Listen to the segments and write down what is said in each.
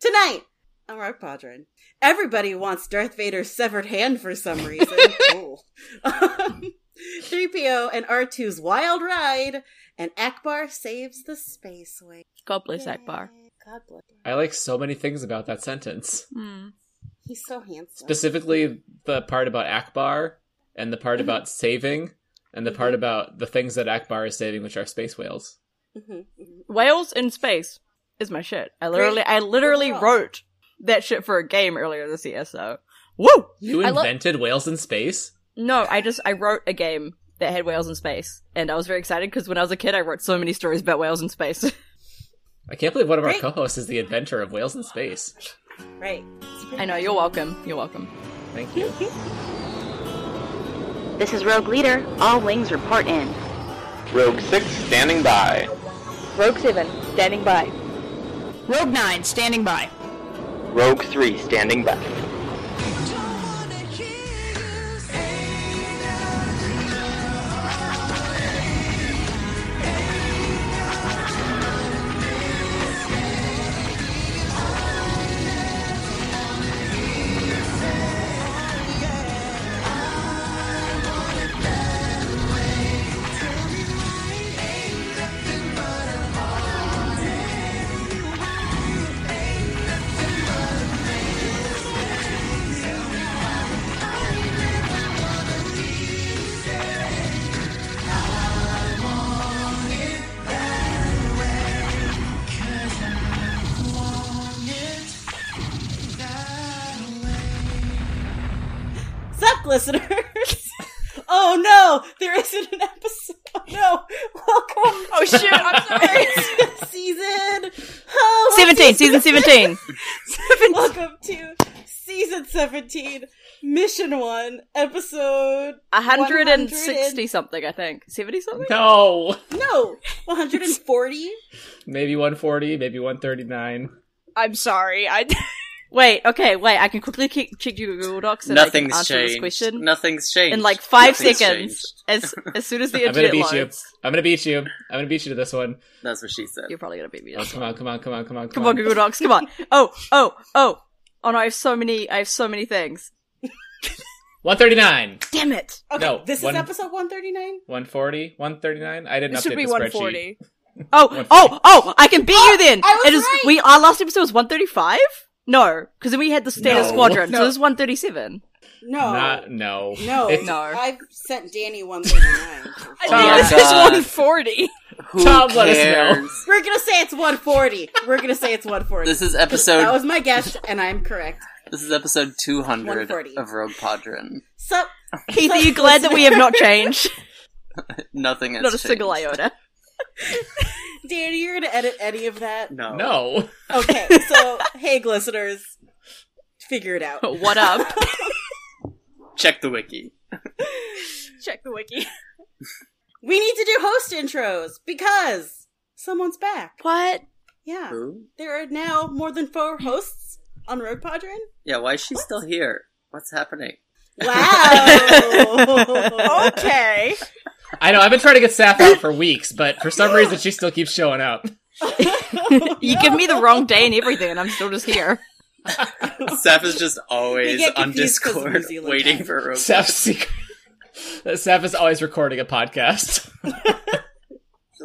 tonight. All right, Padron. Everybody wants Darth Vader's severed hand for some reason. Cool. Um, 3PO and R2's wild ride, and Akbar saves the spaceway. God bless Akbar. Yay. God bless. him. I like so many things about that sentence. Hmm. He's so handsome. Specifically, the part about Akbar, and the part Mhm. about saving, and the part about the things that Akbar is saving, which are space whales. Mhm, mhm. Whales in space is my shit. I literally, I literally Overall. wrote that shit for a game earlier this year. So, woo! You I lo- invented whales in space? No, I just I wrote a game that had whales in space, and I was very excited because when I was a kid, I wrote so many stories about whales in space. I can't believe one of our Great. co-hosts is the inventor of whales in space. Right. I know. You're welcome. You're welcome. Thank you. This is Rogue Leader. All wings report in. Rogue 6 standing by. Rogue 7, standing by. Rogue 9 standing by. Rogue 3 standing by. Sup, listeners? oh no, there isn't an episode. No, welcome. Oh shit! I'm sorry. to season oh, seventeen, season seventeen. Welcome to season seventeen, mission one, episode A hundred and 100 sixty something, I think. Seventy something. No! no one hundred and forty. Maybe 140, maybe 139. I'm sorry. I wait. Okay, wait. I can quickly ke- check your Google Docs. And I can Nothing's answer This changed. question Nothing's changed. in like five Nothing's changed. seconds. As as soon as the I'm gonna internet beat you. loads, I'm gonna beat you. I'm gonna beat you to this one. That's what she said. you're probably gonna beat me. Oh, come on, come on, come on, come on, Come on, Google Docs. Come on. Oh, oh, oh. Oh no, I have so many. I have so many things. 139, Damn it. Okay, No, this one- is episode one thirty nine. 140, 139. I didn't This update should be the spreadsheet. 140. Oh, oh, oh! I can beat you then. I was it is right! we our last episode was one thirty five. No, because then we had the standard No. squadron, so No. it was one thirty seven. No, Not, no. no, It's- No. I've sent Danny one thirty nine. I Tom. think this is 140. Who Tom, cares? let us know. We're gonna say it's one forty. We're gonna say it's one forty. This is That episode. was my guess, and I'm correct. This is episode 200 140. of Rogue Podron. Sup, Keith, are you glad that we have not changed? Nothing has not a changed. single iota. Danny? You're gonna edit any of that? No. No. Okay, so hey, listeners, figure it out. What up? Check the wiki. Check the wiki. We need to do host intros because someone's back. what? Yeah, Who? there are now more than four hosts on Road Padron. Yeah. Why is she still here? What's happening? Wow. Okay. I know, I've been trying to get Saf out for weeks, but for some reason she still keeps showing up. You give me the wrong day and everything, and I'm still just here. Seth is just We always get on confused 'cause of New Discord Zealand waiting time. for Rogue. Saf, secret- Saf is always recording a podcast. She's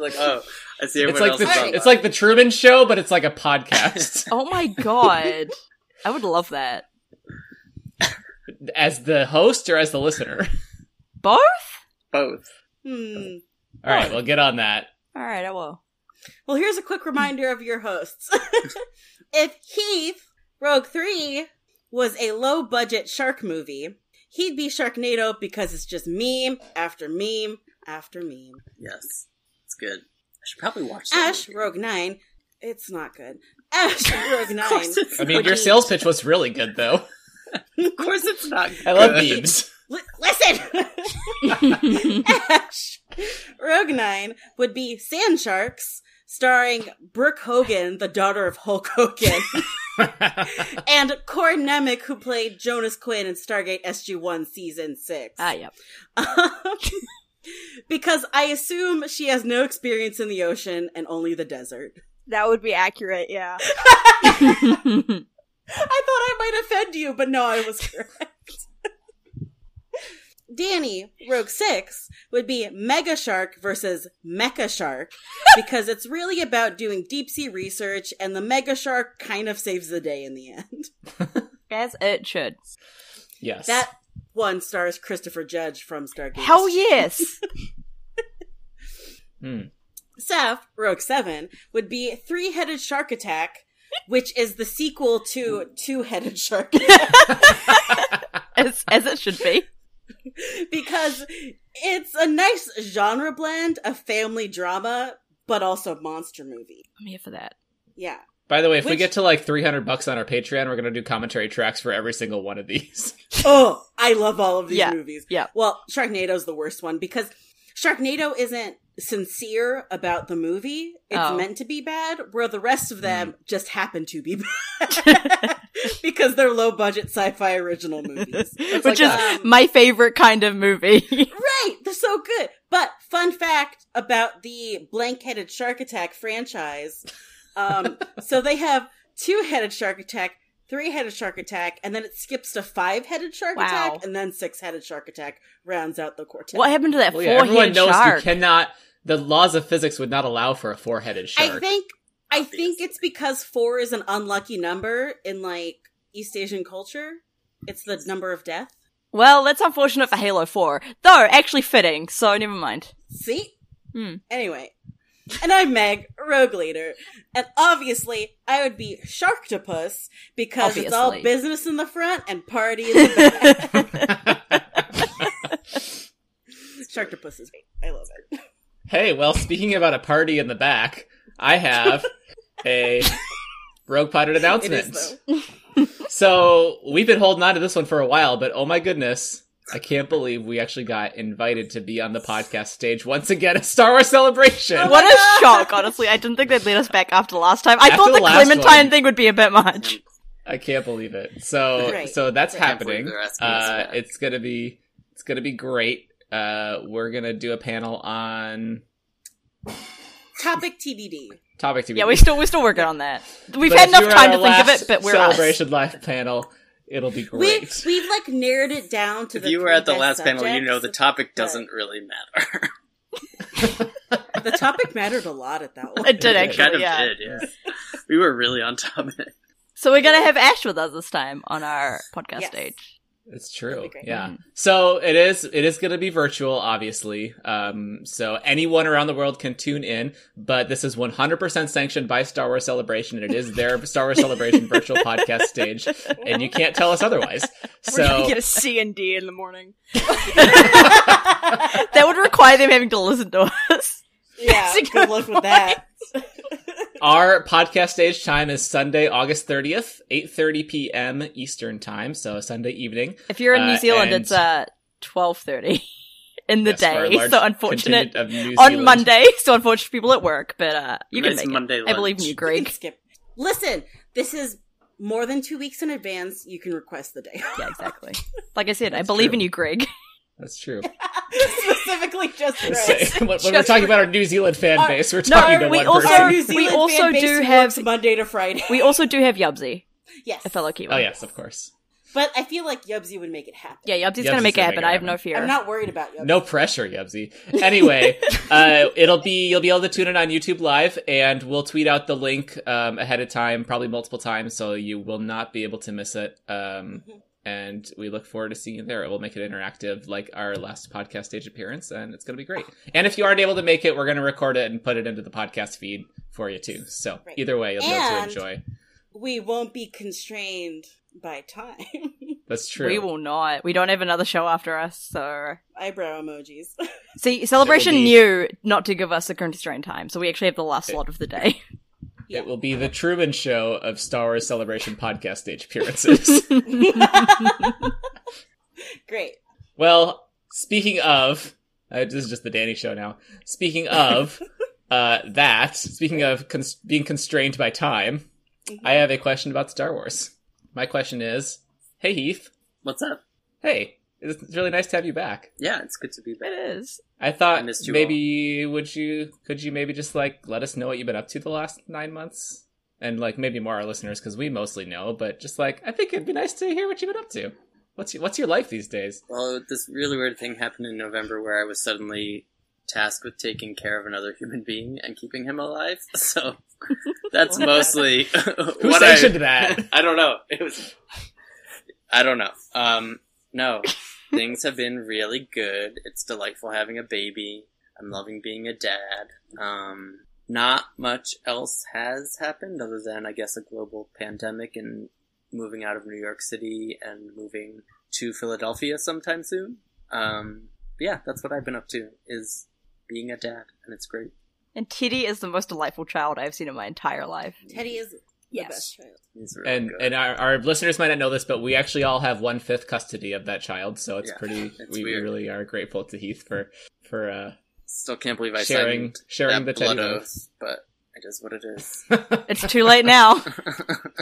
like, oh, I see It's everyone like, else. the, is online. it's like the Truman Show, but it's like a podcast. Oh my god, I would love that. as the host or as the listener? Both? both. Hmm. All right, well, get on that. All right, I will. Well, here's a quick reminder of your hosts. if Heath, Rogue 3, was a low budget shark movie, he'd be Sharknado because it's just meme after meme after meme. Yes, it's good. I should probably watch that. Ash, movie. Rogue 9, it's not good. Ash, Rogue 9. Of course, it's I mean, not your good. sales pitch was really good, though. Of course, it's not. Good. I love memes. Li- listen! Ash, Rogue 9 would be Sand Sharks, starring Brooke Hogan, the daughter of Hulk Hogan. and Core Nemec, who played Jonas Quinn in Stargate SG One season six. Ah, yeah. because I assume she has no experience in the ocean and only the desert. That would be accurate, yeah. I thought I might offend you, but no, I was correct. Danny, Rogue Six, would be Mega Shark versus Mecha Shark because it's really about doing deep sea research, and the Mega Shark kind of saves the day in the end. As it should. Yes. That one stars Christopher Judge from Stargate. Hell yes! Hmm. Seth, Rogue Seven, would be Three Headed Shark Attack, which is the sequel to Two Headed Shark as, as it should be. because it's a nice genre blend of family drama, but also monster movie. I'm here for that. Yeah. By the way, if we Which- get to like 300 bucks on our Patreon, we're going to do commentary tracks for every single one of these. Oh, I love all of these Yeah, movies. yeah. Well, Sharknado's the worst one because Sharknado isn't sincere about the movie. It's Oh. Mm. meant to be bad, where the rest of them just happen to be bad because they're low budget sci fi original movies. Which is um, my favorite kind of movie. Right, they're so good. But fun fact about the blank-headed shark attack franchise. Um, so they have two-headed shark attack, three-headed shark attack, and then it skips to five-headed shark Wow. attack, and then six-headed shark attack rounds out the quartet. what happened to that Well, Oh, yeah, four everyone headed knows shark? you cannot. The laws of physics would not allow for a four-headed shark. I think I think it's because four is an unlucky number in like East Asian culture. It's the number of death. Well, that's unfortunate for Halo 4. Though, actually fitting, so never mind. See? Hmm. Anyway. And I'm Meg, Rogue Leader. And obviously, I would be Sharktopus because it's all Obviously. business in the front and party in the back. Sharktopus is great. I love it. hey, well, speaking about a party in the back, I have a Rogue Potted It announcement. is, so we've been holding on to this one for a while, but oh my goodness. I can't believe we actually got invited to be on the podcast stage once again at Star Wars Celebration. What a shock, honestly. I didn't think they'd lead us back after last time. I After thought the the, last Clementine one. thing would be a bit much. I can't believe it. So Right. so that's Right. Can't believe happening. they're asking us Uh, back. it's gonna be it's gonna be great. Uh, we're gonna do a panel on though. Topic TBD. topic to be. Yeah, we're still we're still working on that. We've But had if you enough were time at to our think of last it, but we're us. celebration live panel. It'll be We, great. we've like narrowed it down to If the you were at the three last best panel, you know the subjects. topic doesn't really matter. The topic mattered a lot at that one. It did It it kind actually, of yeah. did, yeah. we were really on topic. So we're gonna have Ash with us this time on our podcast Yes. stage. It's That'd be true. great. Yeah. So it is it is going to be virtual obviously. Um so anyone around the world can tune in, but this is 100% sanctioned by Star Wars Celebration and it is their Star Wars Celebration virtual podcast stage and you can't tell us otherwise. We're gonna So get a C and D in the morning. That would require them having to listen to us. yeah, That's a good good luck with that. our podcast stage time is Sunday, August 30th, 8:30 p.m. Eastern Time, so Sunday evening. If you're in Uh, New Zealand, and- it's uh twelve thirty in the Yes, for a day. large So unfortunate contingent of New on Zealand. Monday. So unfortunate people at work, but uh, you can Nice make Monday it. I believe in lunch. you, You Greg. can skip. Listen, this is more than two weeks in advance. You can request the day. Yeah, exactly. Like I said, I believe true. in you, Greg. That's true. Specifically, just Say- Rose. when when we're talking about our New Zealand fan base, we're no, talking to we one also- person. Our New we Zealand also fan base do works have- Monday to Friday. We also do have Yubsy, yes, a fellow Kiwi. Oh yes, of course. but I feel like Yubsy would make it happen. Yeah, Yubsy's Yubsy's gonna make it gonna happen. make it I have no happen. fear. I'm not worried about Yubsy. No pressure, Yubsy. Anyway, uh, it'll be you'll be able to tune in on YouTube Live, and we'll tweet out the link um, ahead of time, probably multiple times, so you will not be able to miss it. Um, Mhm. and we look forward to seeing you there. We'll make it interactive, like our last podcast stage appearance, and it's going to be great. And if you aren't able to make it, we're going to record it and put it into the podcast feed for you too. So Right. either way, you'll be able to And- enjoy. We won't be constrained by time. That's true. We will not. We don't have another show after us, so Eyebrow emojis. see, celebration It will be- knew not to give us a constrained time, so we actually have the last It- slot of the day. Yeah. It will be the Truman Show of Star Wars Celebration podcast stage appearances. Great. Well, speaking of, uh, this is just the Danny show now. Speaking of uh, that, speaking of cons- being constrained by time, I have a question about Star Wars. My question is, hey Heath, What's up? hey, It's it's really nice to have you back. Yeah, it's good to be back. It is. I I thought missed you maybe would you could you maybe just like let us know what you've been up to the last nine months, and like maybe more our listeners because we mostly know, but just like I think it'd be nice to hear what you've been up to. What's your, what's your life these days? Well, this really weird thing happened in November where I was suddenly tasked with taking care of another human being and keeping him alive. So that's mostly Who what I, sanctioned that? I don't know. It was. I don't know. Um, no, things have been really good. It's delightful having a baby. I'm loving being a dad. Um, not much else has happened other than, I guess, a global pandemic and moving out of New York City and moving to Philadelphia sometime soon. Um, but yeah, that's what I've been up to is being a dad, and it's great. And Titty is the most delightful child I've seen in my entire life. Teddy is Yes. the best child. It's really and good. and our, our listeners might not know this, but we actually all have one fifth custody of that child, so it's Yeah, pretty. it's we, we weird. really are grateful to Heath for for uh, Still can't believe I sharing signed sharing the that teddy blood bear. oath, but it is what it is. It's too late now.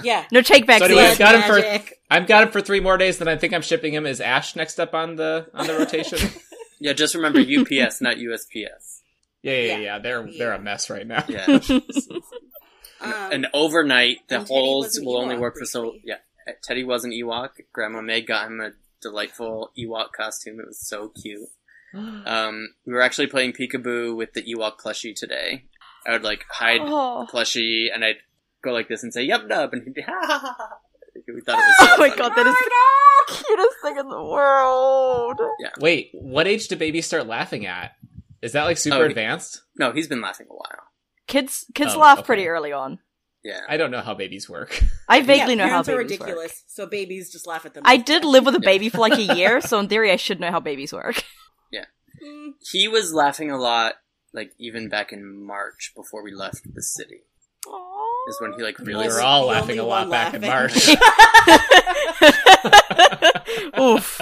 Yeah. No take back. So anyway, I've got him for- Magic. I've got him for three more days. Then I think I'm shipping him as Ash next up on the on the rotation. Yeah, just remember UPS, not USPS. yeah, yeah, yeah, Yeah. They're they're a mess right now. Yeah. Um, and overnight, the and Teddy was holes an will only Ewok work for so. briefly. Yeah, Teddy was an Ewok. Grandma May got him a delightful Ewok costume. It was so cute. Um, we were actually playing peekaboo with the Ewok plushie today. I would like hide the Oh. plushie, and I'd go like this and say "Yup, Nub," and he'd be ha ha ha. ha. We thought it was. So Oh my funny. god, that is the cutest thing in the world. Wait, what age do babies start laughing at? Is that like super Oh, he- advanced? No, he's been laughing a while. Kids kids Oh, laugh okay. pretty early on. Yeah. I don't know how babies work. I vaguely yeah, know how parents babies are ridiculous. ridiculous, so babies just laugh at them. I did live with a baby for like a year, so in theory I should know how babies work. Mm, he was laughing a lot, like even back in March before we left the city. Is when he like really we were Only- all the laughing a only lot one back in March. laughing. Oof.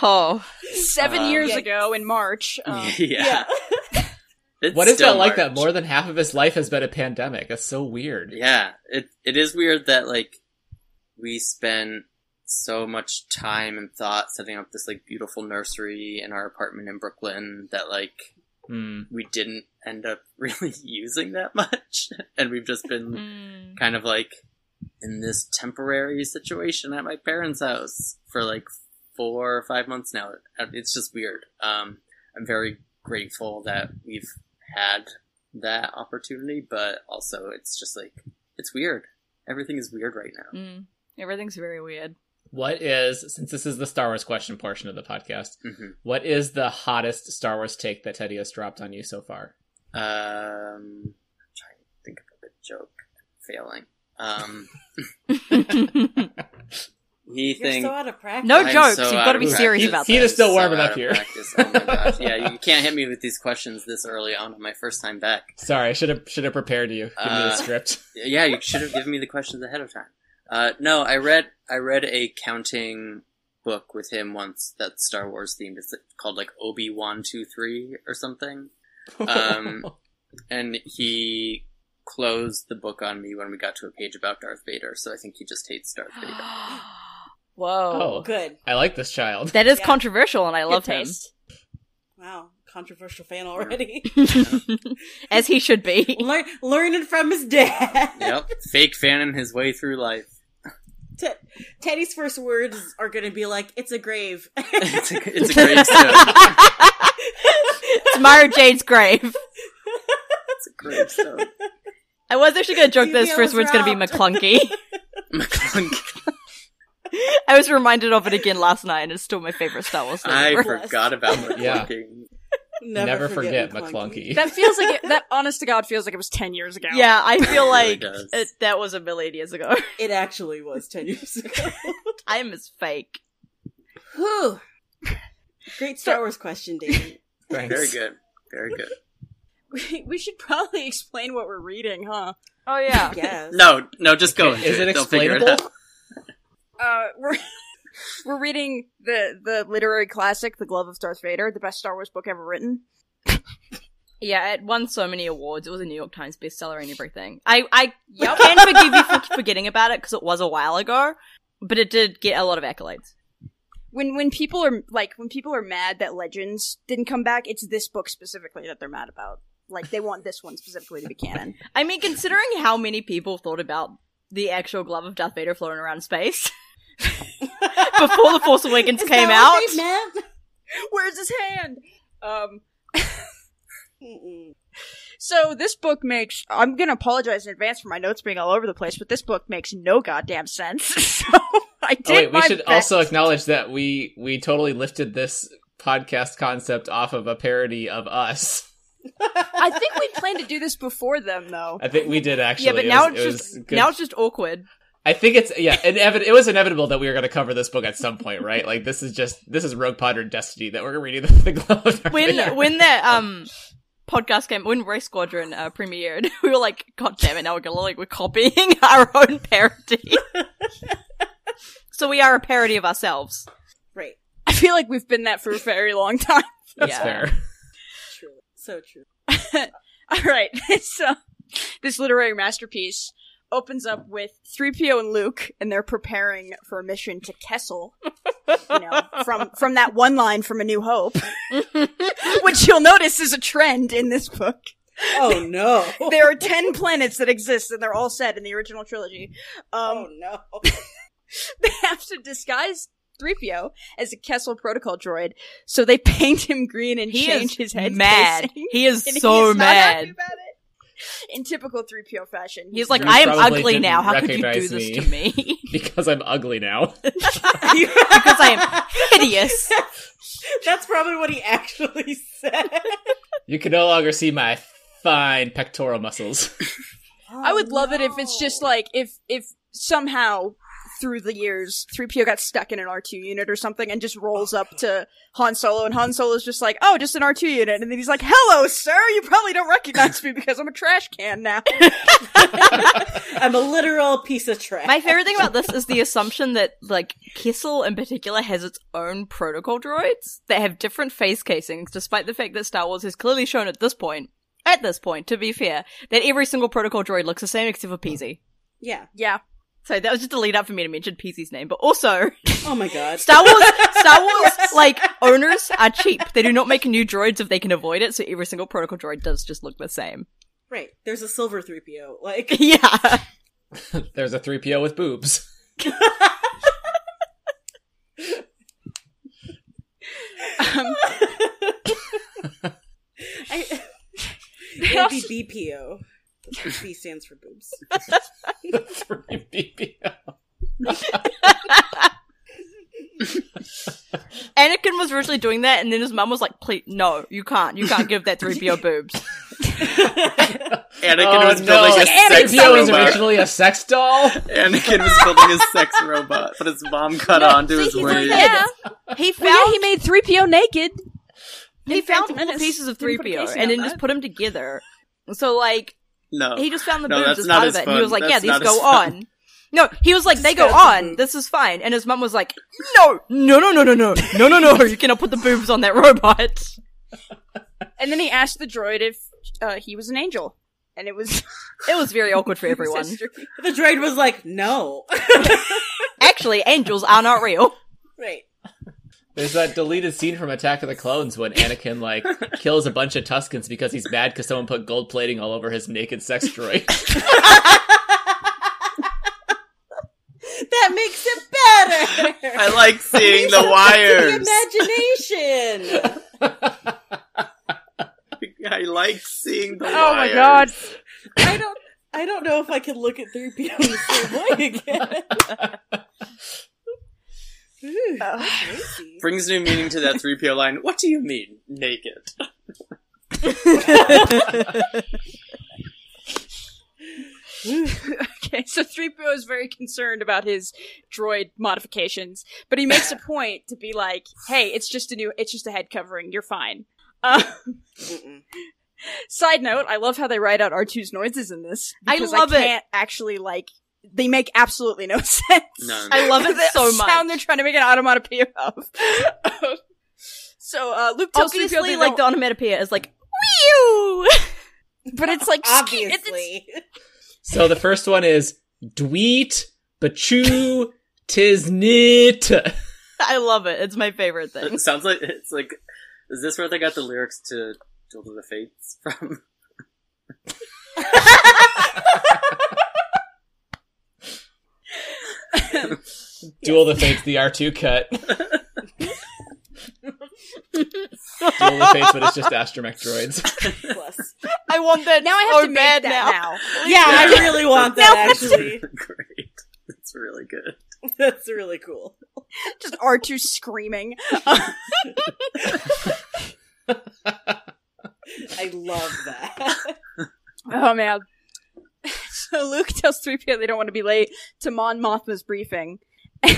Oh. Seven Um, years Yikes. ago in March. Um, yeah. yeah. It's what is still that like? That March. more than half of his life has been a pandemic. That's so weird. Yeah, it it is weird that like we spend so much time and thought setting up this like beautiful nursery in our apartment in Brooklyn that like Hmm. we didn't end up really using that much, and we've just been Mm. kind of like in this temporary situation at my parents' house for like four or five months now. Uh, It's just weird. Um, I'm very grateful that we've had that opportunity, but also it's just like it's weird. Everything is weird right now. Mm. Everything's very weird. What is since this is the Star Wars question portion of the podcast? hmm What is the hottest Star Wars take that Teddy has dropped on you so far? Um, I'm trying to think of a good joke. Failing. Um, he You're thinks. so out of practice. No I'm jokes. so You've out got to of be practice. serious about He- he this. is still I'm so warming out up of here. practice. Oh my gosh. Yeah, you can't hit me with these questions this early on on my first time back. Sorry, I should have should have prepared you. Give me Uh, the script. Yeah, you should have given me the questions ahead of time. Uh, no, I read I read a counting book with him once that's Star Wars themed. It's called like Obi Wan two three or something. Um, and he closed the book on me when we got to a page about Darth Vader. So I think he just hates Darth Vader. Whoa. Oh. Good. I like this child. That is Yeah. controversial, and I love Good him. taste. Wow, controversial fan already. As he should be. Learn, learning from his dad. yep, fake fanning his way through life. Te- Teddy's first words are going to be like, "It's a grave." it's a, it's a gravestone. it's Myra Jade's grave. It's a gravestone. I was actually going to joke You this feel first word's going to be robbed. McClunky. McClunk. I was reminded of it again last night, and it's still my favorite Star Wars. I flavor. Blessed. forgot about Yeah. McClunking. never, Never, forget, McClunky. That feels like it, that. Honest to God, feels like it was ten years ago. yeah, I feel like really does. it, that was a million years ago. It actually was ten years ago. Time is fake. Whew. Great Star Wars question, David. Thanks. Very good. Very good. We, we should probably explain what we're reading, huh? Oh yeah. Yes. No, no, just go. Okay, is into it They'll figure it explainable? out. Uh, we're we're reading the the literary classic, The Glove of Darth Vader, the best Star Wars book ever written. Yeah, it won so many awards. It was a New York Times bestseller and everything. I, I can forgive you for forgetting about it because it was a while ago, but it did get a lot of accolades. when when people are like when people are mad that Legends didn't come back, it's this book specifically that they're mad about. Like they want this one specifically to be canon. I mean, considering how many people thought about the actual glove of Darth Vader floating around space before the Force Awakens Is came that out, what they meant? Where's his hand? Um, Mm-mm. So this book makes I'm gonna apologize in advance for my notes being all over the place, but this book makes no goddamn sense. So I did Oh, wait, we my should best. also acknowledge that we we totally lifted this podcast concept off of a parody of us. I think we planned to do this before them though. I think we did actually. yeah, but It now was- it it's was just good. now it's just awkward. I think it's yeah. Inevi- it was inevitable that we were going to cover this book at some point, right? Like this is just this is Rogue Potter Destiny that we're reading the, the glove. of Darth When Vader. when that um podcast came when Race Squadron uh, premiered, we were like, God damn it, now we're gonna look like we're copying our own parody. so we are a parody of ourselves. Right. I feel like we've been that for a very long time. that's yeah. fair. True. So true. All right, so this literary masterpiece opens up with 3PO and Luke, and they're preparing for a mission to Kessel. You know, from from that one line from A New Hope, which you'll notice is a trend in this book. Oh no. there are 10 planets that exist and they're all said in the original trilogy. Um, oh no. They have to disguise 3PO as a Kessel protocol droid, so they paint him green and He change is his head mad. casing. He is And so he's not happy mad. about it. In typical 3PO fashion. He's like, You I am probably ugly didn't now. How could you do recognize this me." to me? Because I'm ugly now. because I am hideous. That's probably what he actually said. You can no longer see my fine pectoral muscles. I would love it if it's just like, if, if somehow through the years, 3PO got stuck in an R2 unit or something and just rolls up to Han Solo and Han Solo's just like, oh, just an R2 unit. And then he's like, hello, sir, you probably don't recognize me because I'm a trash can now. I'm a literal piece of trash. My favorite thing about this is the assumption that, like, Kissel in particular has its own protocol droids that have different face casings, despite the fact that Star Wars has clearly shown at this point, at this point, to be fair, that every single protocol droid looks the same except for Peasy. yeah. Yeah. So that was just a lead up for me to mention Peasy's name, but also Oh my god. Star Wars, Star Wars, like owners are cheap. They do not make new droids if they can avoid it. So every single protocol droid does just look the same. Right. There's a silver 3PO. Like yeah, There's a 3PO with boobs. Um, I It'd be BPO. The B stands for boobs. The 3PO. Anakin was originally doing that, and then his mum was like, "Please, no, you can't. You can't give that three PO boobs." Anakin Oh, was no. building a sex 3PO was robot. originally a sex doll. Anakin was building his sex robot, but his mom cut onto his waist. yeah. He found he made 3PO naked. he found Phantom little Menace. pieces of Didn't three put a PO, casing and on then that. just put them together. So like, No, he just found the No, boobs that's as not part of his it, and he was phone. like, "Yeah, That's these not go his on." No, he was like, "They go on. This is fine." And his mum was like, "No, no, no, no, no, no, no, no, no! You cannot put the boobs on that robot." And then he asked the droid if uh, he was an angel. And it was It was very awkward for everyone. The droid was like, no. Actually, angels are not real. right. There's that deleted scene from Attack of the Clones when Anakin like kills a bunch of Tuskens because he's mad because someone put gold plating all over his naked sex droid. That makes it better. I like seeing the wires. the imagination. I like seeing the wires. Oh my god. I don't. I don't know if I can look at 3PO the same way again. Ooh, that's Oh, crazy. Brings new meaning to that 3PO line. What do you mean, naked? Okay, so 3PO is very concerned about his droid modifications, but he makes a point to be like, hey, it's just a new, it's just a head covering, you're fine. Uh, Mm-mm. side note, I love how they write out R2's noises in this. I because love it. can't actually, like, they make absolutely no sense. No. I love it The so much. sound they're trying to make an onomatopoeia of. so, uh, Luke tells 3PO Obviously, they like the don't- onomatopoeia is like, "Wee!" but it's like, ski- it's- it's- obviously. so the first one is Dweet Bachu Tiznit. I love it. It's my favorite thing. It sounds like it's like. Is this where they got the lyrics to "Duel to the Fates" from? Duel the Fates, the R2 cut. Duel the Fates, but it's just astromech droids. Plus. I want that Now I have so to make oh, bad that now. now. Yeah, I really want that actually. Great. That's really good. That's really cool. Just R2 screaming. I love that. Oh man. So Luke tells 3PO they don't want to be late to Mon Mothma's briefing. and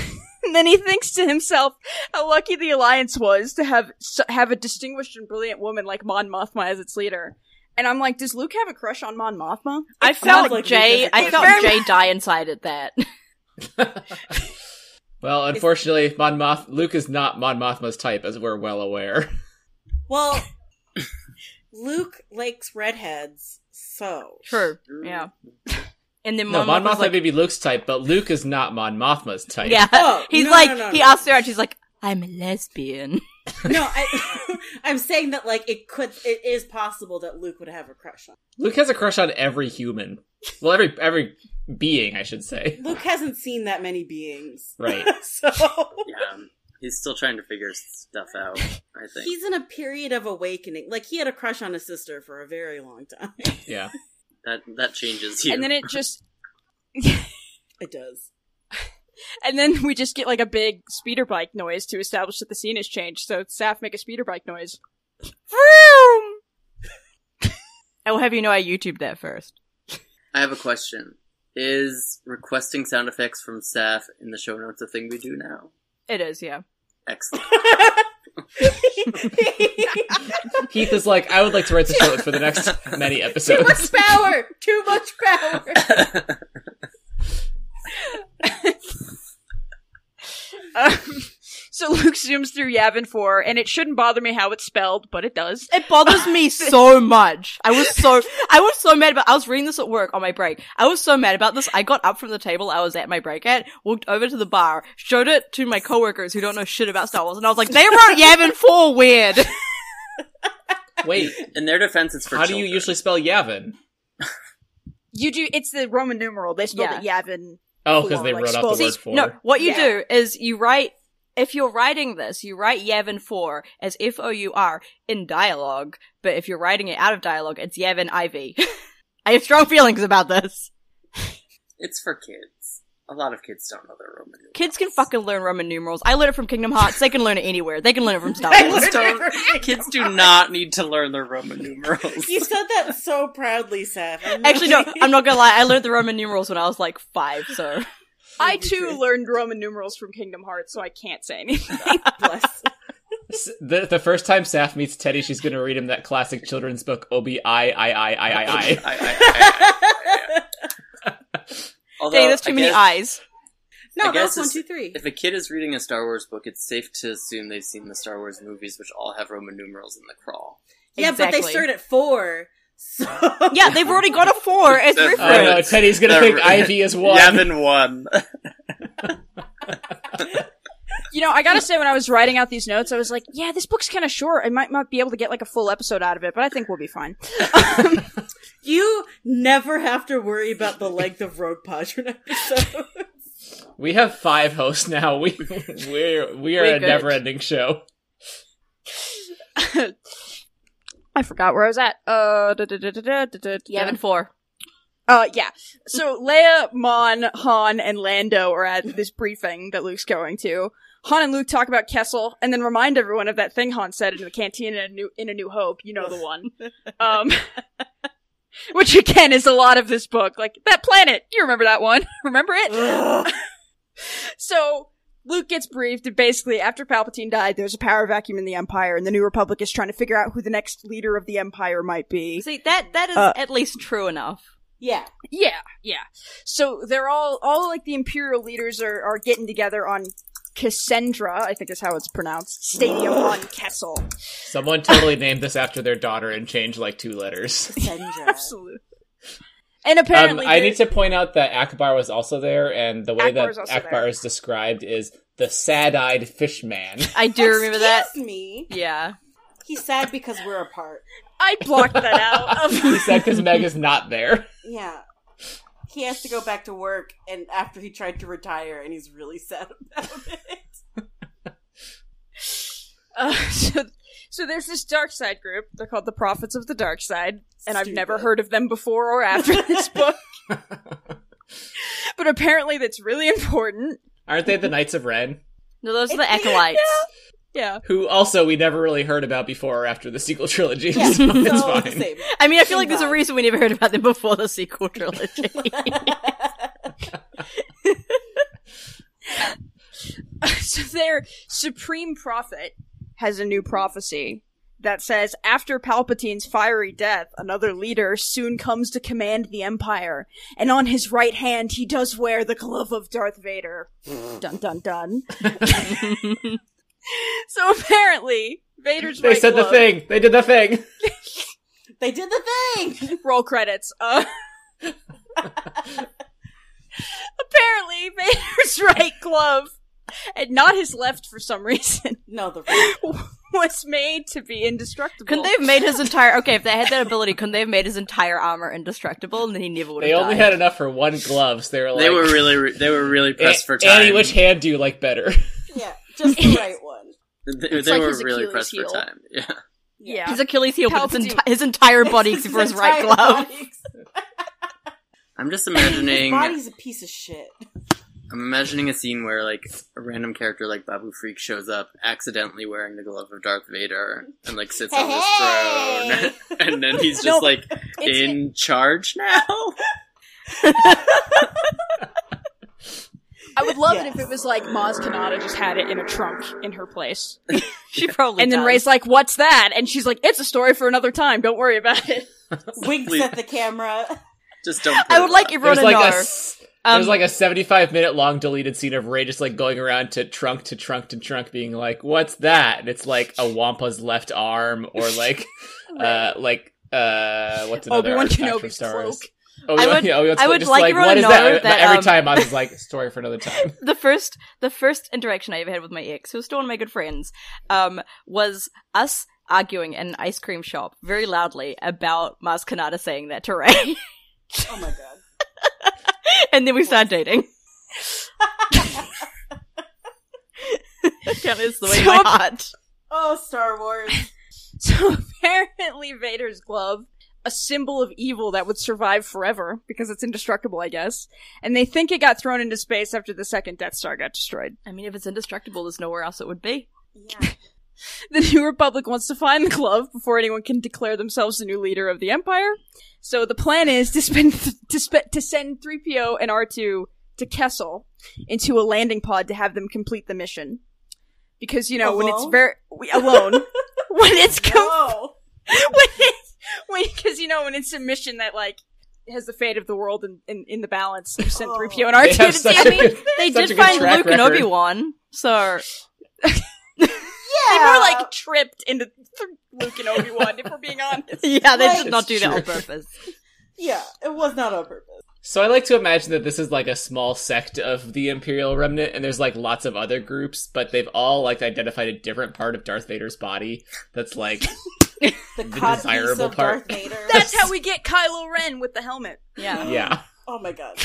then he thinks to himself how lucky the Alliance was to have s- have a distinguished and brilliant woman like Mon Mothma as its leader. And I'm like, does Luke have a crush on Mon Mothma? I felt like Jay. Lucas- I It felt very Jay die inside at that. Well, unfortunately, Mon Moth- Luke is not Mon Mothma's type, as we're well aware. Well, Luke likes redheads, so True. Yeah. And then No, Mon, Mon Mothma's Mothma like, may be Luke's type, but Luke is not Mon Mothma's type. yeah. Oh, he's no, like, no, no, he no. asked her out. She's like, I'm a lesbian. no, I, I'm saying that like it could, it is possible that Luke would have a crush on. Luke has a crush on every human. Well, every every being, I should say. Luke hasn't seen that many beings, Right. so Yeah. He's still trying to figure stuff out. I think. he's in a period of awakening. Like he had a crush on his sister for a very long time. Yeah. That that changes you. And then it just It does. and then we just get like a big speeder bike noise to establish that the scene has changed. So staff make a speeder bike noise. I will have you know I YouTubed that first. I have a question. Is requesting sound effects from staff in the show notes a thing we do now? It is, yeah. Excellent. Heath is like, I would like to write the show for the next many Too episodes. much power. Too much power. Um, so Luke zooms through Yavin 4, and it shouldn't bother me how it's spelled, but it does. It bothers me so much. I was so I was so mad about I was reading this at work on my break. I was so mad about this. I got up from the table I was at my break at, walked over to the bar, showed it to my coworkers who don't know shit about Star Wars, and I was like, they wrote Yavin 4 weird. Wait, In their defense, it's for how do you children. usually spell Yavin? You do, it's the Roman numeral. They spelled it Yavin. Oh, because they Four, wrote like, out the spell- word for. No, what you Yeah. do is you write if you're writing this, you write Yavin 4 as F O U R in dialogue, but if you're writing it out of dialogue, it's Yavin IV. I have strong feelings about this. It's for kids. A lot of kids don't know their Roman numerals. Kids can fucking learn Roman numerals. I learned it from Kingdom Hearts. They can learn it anywhere. They can learn it from Star I Wars. learned it Don't- from- Kids do not need to learn their Roman numerals. You said that so proudly, Seth. I'm Actually, no, really- I'm not gonna lie. I learned the Roman numerals when I was like five, so. I too learned Roman numerals from Kingdom Hearts, so I can't say anything. Bless. S- The, the first time Saf meets Teddy, she's going to read him that classic children's book, Obi I I I I I I. I- I- Although, Dang, that's I too many guess eyes. No, I guess that's one, it's- two, three. If a kid is reading a Star Wars book, it's safe to assume they've seen the Star Wars movies, which all have Roman numerals in the crawl. Yeah, but they Exactly. start at four. So Yeah, they've already got a four as Uh, Oh reference. no, Teddy's going to The- think Ivy is one. Yavin one. you know, I gotta say, when I was writing out these notes, I was like, yeah, this book's kind of short. I might not be able to get like a full episode out of it, but I think we'll be fine. you never have to worry about the length of Rogue Padron episode. We have five hosts now. We we're, we are We're a good. never-ending show. I forgot where I was at. Uh, da, da, da, da, da, da, da, Yavin 4. Uh, yeah. So Leia, Mon, Han, and Lando are at this briefing that Luke's going to. Han and Luke talk about Kessel, and then remind everyone of that thing Han said in the canteen in A New, in a New Hope. You know the one. Um, which again is a lot of this book. Like that planet, you remember that one? remember it? Ugh. So Luke gets briefed, and basically, after Palpatine died, there's a power vacuum in the Empire, and the New Republic is trying to figure out who the next leader of the Empire might be. See, that, that is Uh, at least true enough. yeah, Yeah, yeah. So they're all all like the imperial leaders are are getting together on Cassandra, I think is how it's pronounced, stadium on Kessel. Someone totally named this after their daughter and changed like two letters. Sendra. Absolutely. And Um, apparently, I need there's- to point out that Akbar was also there, and the way Akbar was that also Akbar there. is described is the sad-eyed fish man. I do remember that. Excuse me. Yeah. He's sad because we're apart. I blocked that out. he Of- said because Meg is not there. Yeah. He has to go back to work, and after he tried to retire, and he's really sad about it. Uh, so, so there's this dark side group. They're called the Prophets of the Dark Side, and I've never Stupid. heard of them before or after this book. but apparently, that's really important. Aren't they the Knights of Ren? No, those are the acolytes. Yeah. Who also we never really heard about before or after the sequel trilogy. Yeah, so it's so fine. same. I mean, I feel like there's a God. reason we never heard about them before the sequel trilogy. so their supreme prophet has a new prophecy that says after palpatine's fiery death another leader soon comes to command the empire and on his right hand he does wear the glove of darth vader dun dun dun so apparently vader's They right said the glove- thing. They did the thing. they did the thing. roll credits uh apparently vader's right glove and not his left for some reason No, the was made to be indestructible. couldn't they have made his entire? Okay, if they had that ability, couldn't they have made his entire armor indestructible, and then he never would have They only died? had enough for one glove, so they were like, They were really, re- they were really pressed for "A- time. Annie, which hand do you like better? yeah, just the right one. They, It's they like were his really Achilles pressed heel. for time. Yeah. Yeah. His Achilles heel, but his, Palpatine. enti- his entire body except for his right entire glove. body- I'm just His imagining. I'm body's a piece of shit. imagining a scene where like a random character like Babu Freak shows up, accidentally wearing the glove of Darth Vader, and like sits on his Hey! throne, and then he's just No, like it's- in charge now. I would love it Yes. if it was like Maz Kanata just had it in a trunk in her place. She probably and then does. Ray's like, what's that? And she's like, it's a story for another time. Don't worry about it. Winks at the camera. Oh Just don't. put I would it like up. everyone There's to like know. a s- Um, there's like a 75 minute long deleted scene of Ray just like going around to trunk to trunk to trunk, being like, "What's that?" And it's like a Wampa's left arm, or like, uh, like uh, what's another Obi-Wan artifact from Kenobi's Star Wars? cloak. Obi-Wan- I would- yeah, Obi-Wan's I cloak, would just like like, everyone what to is that? know And that, Every um, time I was like, "Story for another time." the first the first interaction I ever had with my ex, who was still one of my good friends, um, was us arguing in an ice cream shop very loudly about Mars Kanata saying that to Ray, Oh my god. and then we started dating. Apparently, it's the way So- my heart. Oh, Star Wars. So apparently Vader's glove, a symbol of evil that would survive forever because it's indestructible, I guess. And they think it got thrown into space after the second Death Star got destroyed. I mean, if it's indestructible, there's nowhere else it would be. Yeah. The New Republic wants to find the glove before anyone can declare themselves the new leader of the Empire. So the plan is to, spend to, spe- to send 3PO and R2 to Kessel into a landing pod to have them complete the mission. Because, you know, when it's Alone? very. we- Alone. when it's. Com- Whoa. when it's. When, because, you know, when it's a mission that, like, has the fate of the world in, in, in the balance, you send Oh. 3PO and They R2 have to such see a me. good, They such a did good find Luke track and record. Obi Wan, so Yeah. They were, like, tripped into th- Luke and Obi Wan, if we're being honest. yeah, they Right. did not do that on It's true. purpose. yeah, it was not on purpose. So I like to imagine that this is like a small sect of the Imperial Remnant, and there's like lots of other groups, but they've all like identified a different part of Darth Vader's body that's like The, The codpiece desirable of part. Darth Vader. That's how we get Kylo Ren with the helmet. Yeah. yeah. oh my god.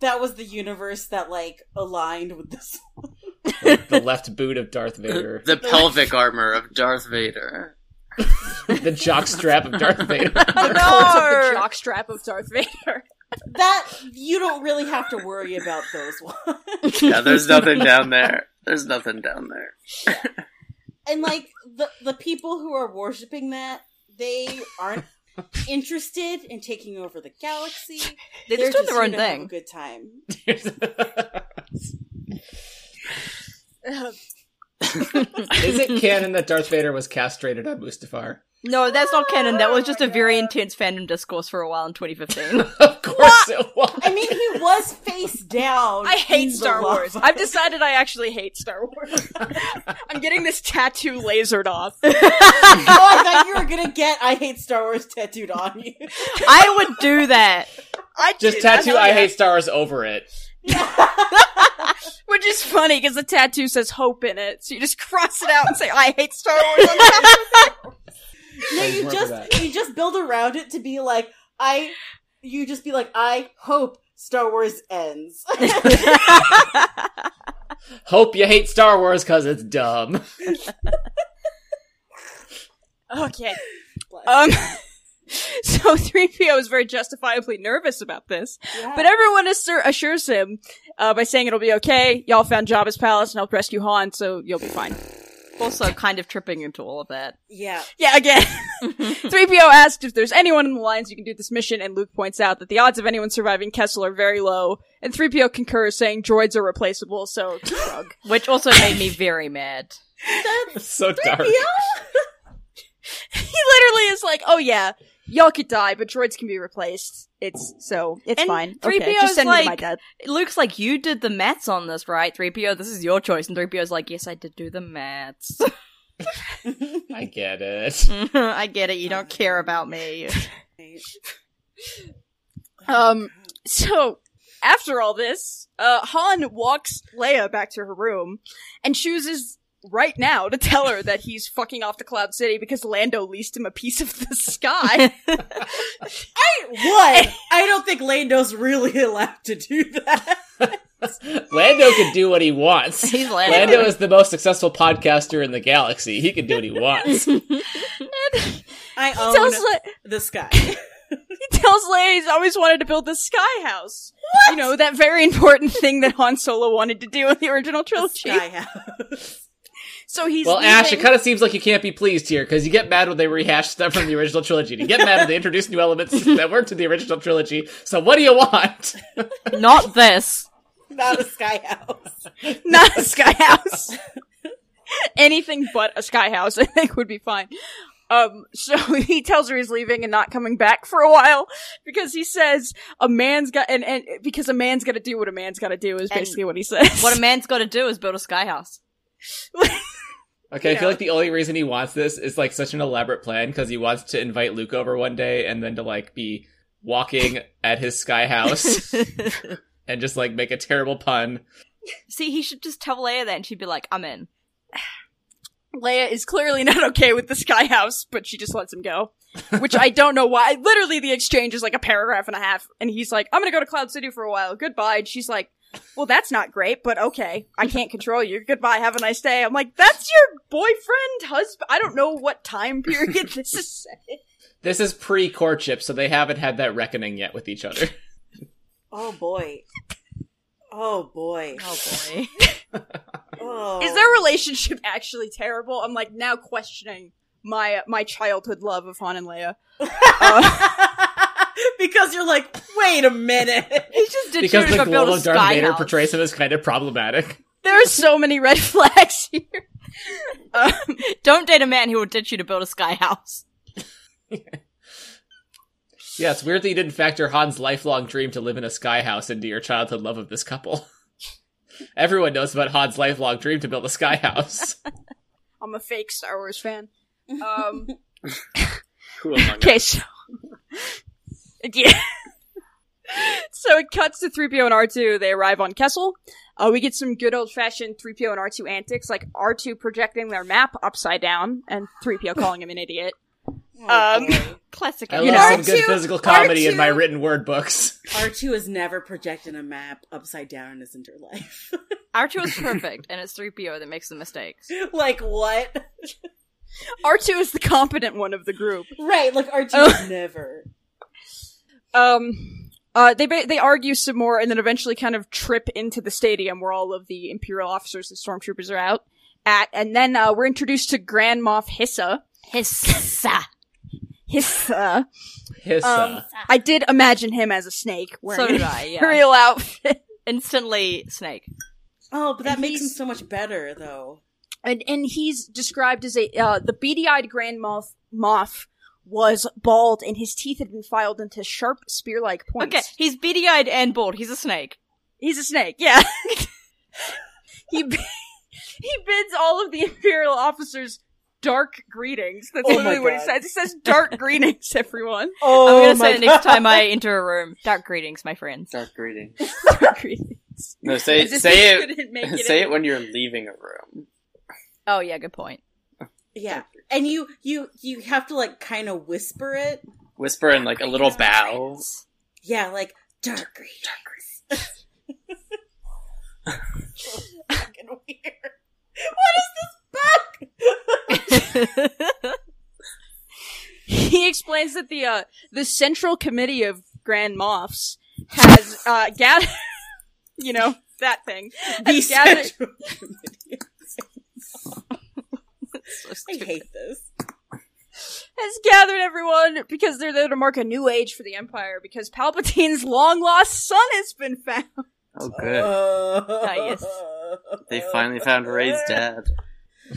That was the universe that like aligned with this. Like the left boot of Darth Vader. the pelvic armor of Darth Vader. the jock strap of Darth Vader. the cult of the jockstrap of Darth Vader. That you don't really have to worry about those ones. Yeah, there's nothing down there. There's nothing down there. and like the the people who are worshiping that they aren't interested in taking over the galaxy. They They're just did their here own to have a thing. good time. is it canon that Darth Vader was castrated on Mustafar. No, that's not canon. That was just a very intense fandom discourse for a while in 2015. Of course it was. I mean, he was face down. I in hate the Star lava. Oh, Wars. I've decided I actually hate Star Wars. I'm getting this tattoo lasered off. oh, I thought you were gonna get "I hate Star Wars" tattooed on you. I would do that. I Just did- tattoo thought I that- hate Star Wars over it. Which is funny because the tattoo says hope in it. So you just cross it out and say, I hate Star Wars. on the tattoo. No, I you remember just that. you just build around it to be like I. You just be like I hope Star Wars ends. Hope you hate Star Wars because it's dumb. okay. Um, so 3PO is very justifiably nervous about this. Yeah. But everyone assur- assures him uh, by saying it'll be okay. Y'all found Jabba's palace and helped rescue Han, so you'll be fine. Also, kind of tripping into all of that. yeah. Yeah, again. 3PO asked if there's anyone in the lines who can do this mission, and Luke points out that the odds of anyone surviving Kessel are very low, and 3PO concurs, saying droids are replaceable, so shrug. Which also made me very mad. It's so dark. he literally is like, oh yeah, y'all could die, but droids can be replaced. It's, so, it's And fine. 3PO okay, just is send me to my like- dad. Luke's like, you did the maths on this, right? 3PO, this is your choice. And 3PO's like, yes, I did do the maths. I get it. I get it. You don't care about me. Um, so after all this, uh, Han walks Leia back to her room and chooses right now to tell her that he's fucking off to Cloud City because Lando leased him a piece of the sky. What? I don't think Lando's really allowed to do that. Lando can do what he wants. He's Lando Lando. is the most successful podcaster in the galaxy. He can do what he wants. I he, own tells Le- the sky. he tells Leia he's always wanted to build the sky house. What? You know, that very important thing that Han Solo wanted to do in the original trilogy. sky house. So he's well, Ash, it leaving- kind of seems like you can't be pleased here because you get mad when they rehash stuff from the original trilogy. You get mad when they introduce new elements that weren't in the original trilogy. So what do you want? Not this. Not a sky house. not a sky house. Anything but a sky house, I think, would be fine. Um, so he tells her he's leaving and not coming back for a while because he says a man's got and, and because a man's got to do what a man's got to do is And basically what he says. What a man's got to do is build a sky house. Okay, I feel like the only reason he wants this is like such an elaborate plan because he wants to invite Luke over one day and then to like be walking at his sky house and just like make a terrible pun. See, he should just tell Leia that and she'd be like, I'm in. Leia is clearly not okay with the sky house, but she just lets him go. Which I don't know why. Literally, the exchange is like a paragraph and a half, and he's like, "I'm gonna go to Cloud City for a while. Goodbye." And she's like, "Well, that's not great, but okay. I can't control you. Goodbye. Have a nice day." I'm like, "That's your boyfriend, husband. I don't know what time period this is." set. This is pre courtship, so they haven't had that reckoning yet with each other. Oh boy. Oh boy. Oh boy. Oh. Is their relationship actually terrible? I'm like now questioning my my childhood love of Han and Leia. because you're like, wait a minute. He just did because choose the to build glow a of Darth sky Vader house. portrays him as kind of problematic. There are so many red flags here. Um, Don't date a man who will ditch you to build a sky house. Yeah, it's weird that you didn't factor Han's lifelong dream to live in a sky house into your childhood love of this couple. Everyone knows about Han's lifelong dream to build a sky house. I'm a fake Star Wars fan. Um. Who among Okay, us? so yeah. so it cuts to 3PO and R2. They arrive on Kessel. Uh, we get some good old fashioned 3PO and R2 antics, like R2 projecting their map upside down and 3PO calling him an idiot. Oh, Um, Classic. I you love know? some good R2 physical comedy in my R2 written word books. R2 has never projected a map upside down in his entire life. R2 is perfect, and it's 3PO that makes the mistakes. like, what? R2 is the competent one of the group. Right, like, R2 Oh. has never. Um, uh, they ba- they argue some more and then eventually kind of trip into the stadium where all of the Imperial officers and stormtroopers are out at. And then uh, we're introduced to Grand Moff Hissa. Hissa. Hissa. Hissa. Um, I did imagine him as a snake So wearing did a I, yeah. real outfit. Instantly, Snake. Oh, but that makes him he's- so much better, though. and and he's described as a uh, the beady-eyed grand moth moth was bald and his teeth had been filed into sharp spear-like points. Okay, he's beady eyed and bald. He's a snake. He's a snake, yeah. he b- he bids all of the imperial officers dark greetings. That's Oh my literally what he God. says. He says dark greetings, everyone. Oh, I'm gonna say the next time I enter a room, dark greetings, my friends. Dark greeting. Dark greetings. No, say As if say he it. couldn't make Say it when you're leaving a room. Oh yeah, good point. yeah, and you you you have to like kind of whisper it. Whisper in like a little bow. Yeah, like dark green. Dark green. fucking weird. What is this book? He explains that the uh, the central committee of Grand Moffs has uh, gathered, you know, that thing. the Has gathered- central committee. So I stupid. hate this. has gathered everyone because they're there to mark a new age for the Empire because Palpatine's long lost son has been found. Oh, good. yes. Oh. They finally found Ray's dad.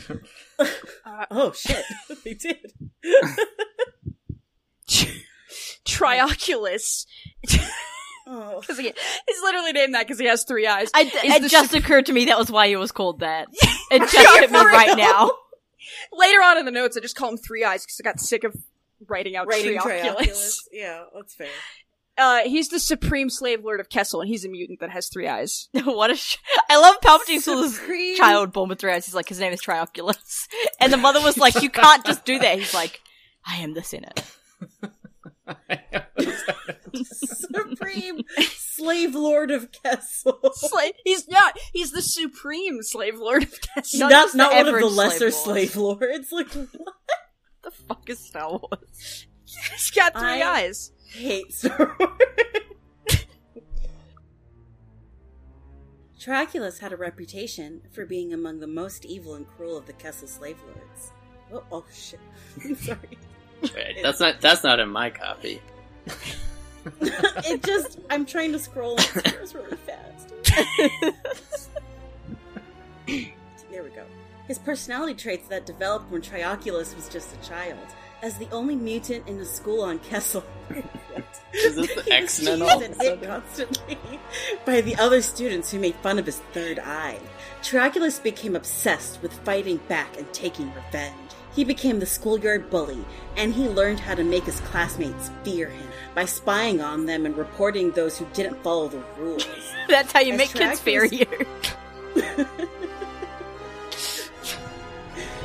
Oh shit, they did. Trioculus. Oh. 'Cause he- he's literally named that because he has three eyes. I, it the just occurred to me that was why he was called that. It just hit me For right real. now. Later on in the notes, I just call him Three Eyes because I got sick of writing out Writing Trioculus. Trioculus. Yeah, that's fair. Uh, he's the supreme slave lord of Kessel, and he's a mutant that has three eyes. what a sh- I love Palpatine's this Supreme. child born with three eyes. He's like, his name is Trioculus. And the mother was like, you can't just do that. He's like, I am the Senate. Supreme slave lord of Kessel. Slave? He's not. He's the supreme slave lord of Kessel. Not Not, just not, the one of the average lesser slave slave, lords. Like, what? The fuck is Star Wars? He's got three I- eyes. hate Star Wars. Trioculus had a reputation for being among the most evil and cruel of the Kessel slave lords. Oh, oh shit. I'm sorry. Wait, that's not. That's not in my copy. it just, I'm trying to scroll on scrolls really fast. there we go. His personality traits that developed when Trioculus was just a child, as the only mutant in a school on Kessel. Is this the He was X Men? teased and hit constantly by the other students who made fun of his third eye. Trioculus became obsessed with fighting back and taking revenge. He became the schoolyard bully, and he learned how to make his classmates fear him by spying on them and reporting those who didn't follow the rules. That's how you As make kids fear you.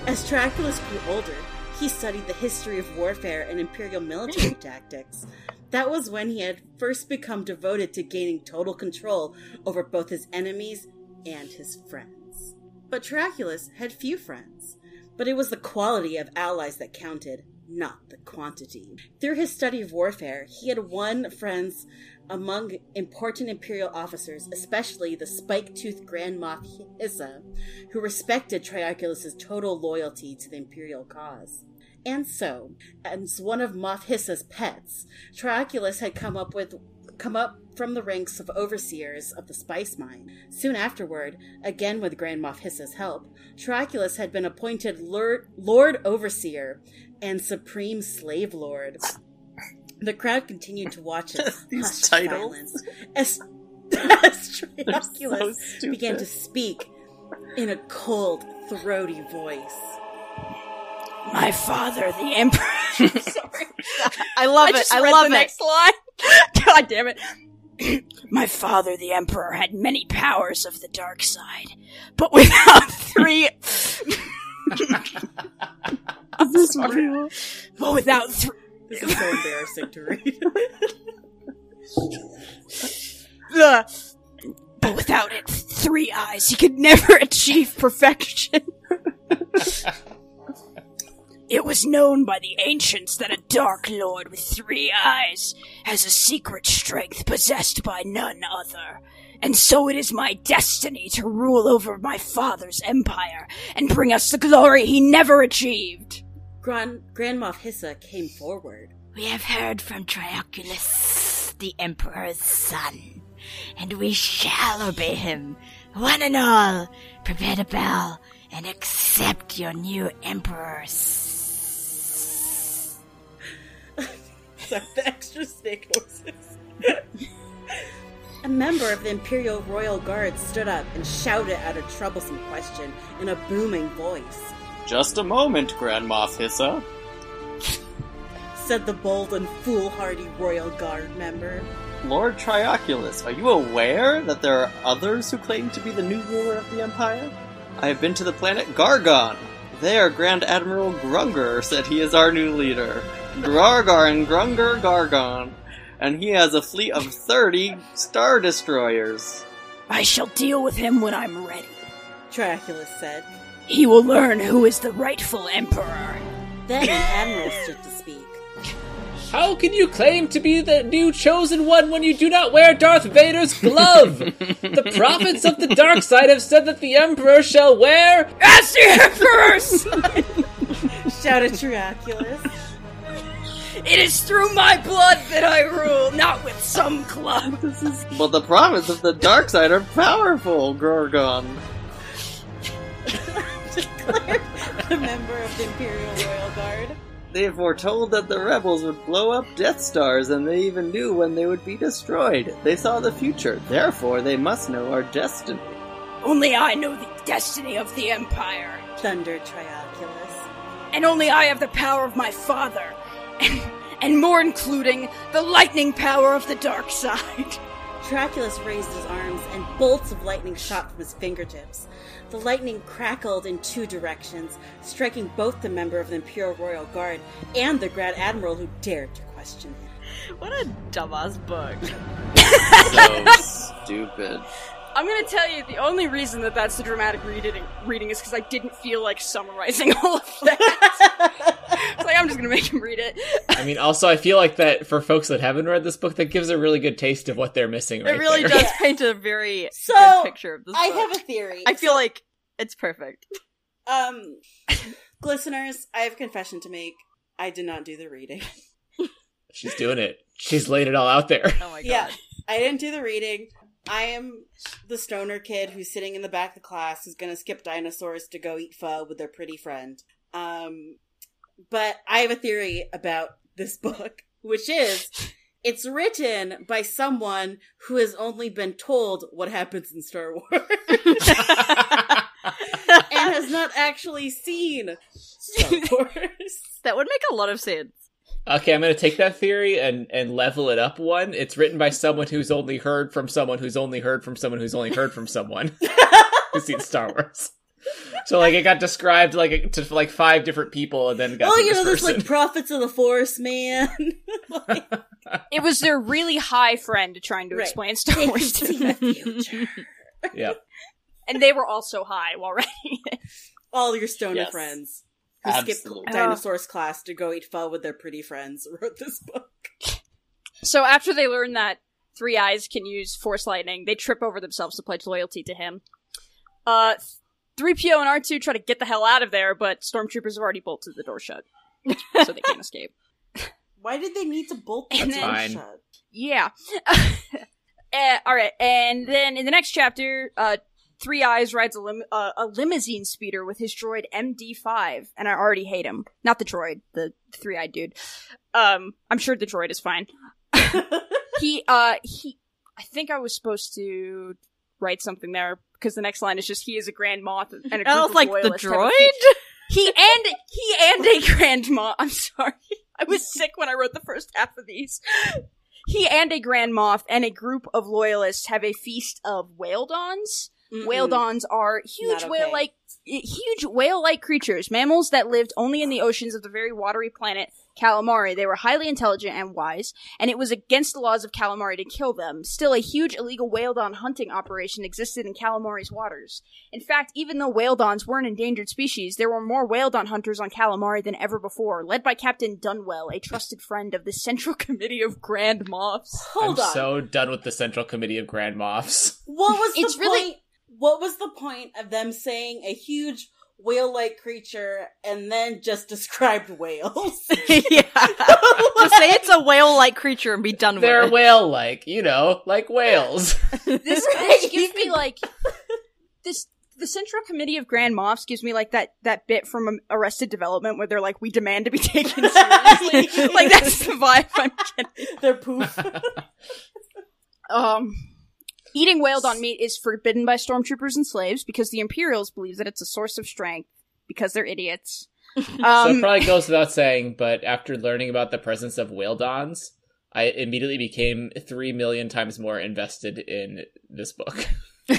As Trioculus grew older, he studied the history of warfare and imperial military tactics. That was when he had first become devoted to gaining total control over both his enemies and his friends. But Trioculus had few friends. But it was the quality of allies that counted, not the quantity. Through his study of warfare, he had won friends among important imperial officers, especially the spike-toothed Grand Moff Hissa, who respected Trioculus' total loyalty to the imperial cause. And so, as one of Moff Hissa's pets, Trioculus had come up with come up from the ranks of overseers of the spice mine. Soon afterward, again with Grand Moff Hissa's help, Trioculus had been appointed Lord, Lord Overseer and Supreme Slave Lord. The crowd continued to watch it. These hushed titles. silence As, as They're Trioculus so began to stupid. speak in a cold, throaty voice. My father, the emperor. Sorry. I love I it. just I read love the it. next line. God damn it. My father, the Emperor, had many powers of the dark side, but without three. Is this real? But without three. This is so embarrassing to read. but without it, three eyes, he could never achieve perfection. it was known by the ancients that a dark lord with three eyes has a secret strength possessed by none other. And so it is my destiny to rule over my father's empire and bring us the glory he never achieved. Gran- Grand Moff Hissa came forward. We have heard from Trioculus, the Emperor's son, and we shall obey him. One and all, prepare to bow and accept your new emperors. Sorry, the extra snake noises. a member of the Imperial Royal Guard stood up and shouted out a troublesome question in a booming voice. Just a moment, Grandma Hissa. Said the bold and foolhardy Royal Guard member. Lord Trioculus, are you aware that there are others who claim to be the new ruler of the Empire? I have been to the planet Gargon. There, Grand Admiral Grunger said he is our new leader. Gargon, Grunger, Gargon. And he has a fleet of 30 Star Destroyers. I shall deal with him when I'm ready. Dracula said. He will learn who is the rightful emperor. Then an admiral stood to speak. How can you claim to be the new chosen one when you do not wear Darth Vader's glove? the prophets of the dark side have said that the Emperor shall wear. As the emperor's! Shouted Dracula. it is through my blood that I rule, not with some club. This is But the prophets of the dark side are powerful, Gorgon. Declared the member of the Imperial Royal Guard. They foretold that the rebels would blow up Death Stars, and they even knew when they would be destroyed. They saw the future, therefore, they must know our destiny. only I know the destiny of the empire, Thundered Trioculus. and only I have the power of my father, and, and more including the lightning power of the dark side. Draculus raised his arms, and bolts of lightning shot from his fingertips. The lightning crackled in two directions, striking both the member of the Imperial Royal Guard and the Grand Admiral who dared to question him. What a dumbass book. So stupid. I'm gonna tell you the only reason that that's the dramatic reading reading is because I didn't feel like summarizing all of that. it's like I'm just gonna make him read it. I mean, also, I feel like that for folks that haven't read this book, that gives a really good taste of what they're missing. Right it really there. does paint a very So, good picture of this I book. have a theory. I feel like it's perfect. Um, listeners, I have a confession to make. I did not do the reading. She's doing it. She's laid it all out there. Oh my god. Yeah, I didn't do the reading. I am the stoner kid who's sitting in the back of class who's going to skip dinosaurs to go eat pho with their pretty friend. Um, but I have a theory about this book, which is it's written by someone who has only been told what happens in Star Wars and has not actually seen Star Wars. That would make a lot of sense. okay, I'm going to take that theory and and level it up one. It's written by someone who's only heard from someone who's only heard from someone who's only heard from someone who's seen Star Wars. So like it got described like to like five different people and then got Oh, to you know, this there's person. like prophets of the forest, man. It was their really high friend trying to Right. explain Star They could Wars to see them, the future. yeah. and they were also high while writing it. all your stoner Yes. friends who Absolutely. skipped dinosaurs class to go eat pho with their pretty friends wrote this book. So after they learn that Three Eyes can use Force Lightning, they trip over themselves to pledge loyalty to him. Uh, 3PO and R2 try to get the hell out of there, but stormtroopers have already bolted the door shut, so they can't escape. Why did they need to bolt the And door then- shut? Yeah. uh, all right, and then in the next chapter, uh, Three Eyes rides a, lim- uh, a limousine speeder with his droid MD5, and I already hate him. Not the droid, the three-eyed dude. Um, I'm sure the droid is fine. he, uh, he. I think I was supposed to write something there because the next line is just he is a grand moth and a group And I was of like, the loyalists have a droid? fe- he and he and a grandma. I'm sorry. I was sick when I wrote the first half of these. He and a grand moth and a group of loyalists have a feast of whaledons. Whaledons are huge Not okay. whale-like huge whale-like creatures, mammals that lived only in the oceans of the very watery planet Calamari. They were highly intelligent and wise, and it was against the laws of Calamari to kill them. Still, a huge illegal whaledon hunting operation existed in Calamari's waters. In fact, even though whaledons were an endangered species, there were more whaledon hunters on Calamari than ever before, led by Captain Dunwell, a trusted friend of the Central Committee of Grand Moths. Hold I'm on. so done with the Central Committee of Grand Moffs. what was It's the really- point? What was the point of them saying a huge whale-like creature and then just described whales? yeah. Just say it's a whale like creature and be done with They're it. whale like, you know, like whales. This, this gives me like this. the Central Committee of Grand Moffs gives me like that that bit from um, Arrested Development where they're like, "We demand to be taken seriously." like that's oh the vibe I'm getting. They're poof. Um, eating whaled on meat is forbidden by stormtroopers and slaves because the Imperials believe that it's a source of strength because they're idiots. so it Um, probably goes without saying, but after learning about the presence of whale dons, I immediately became three million times more invested in this book.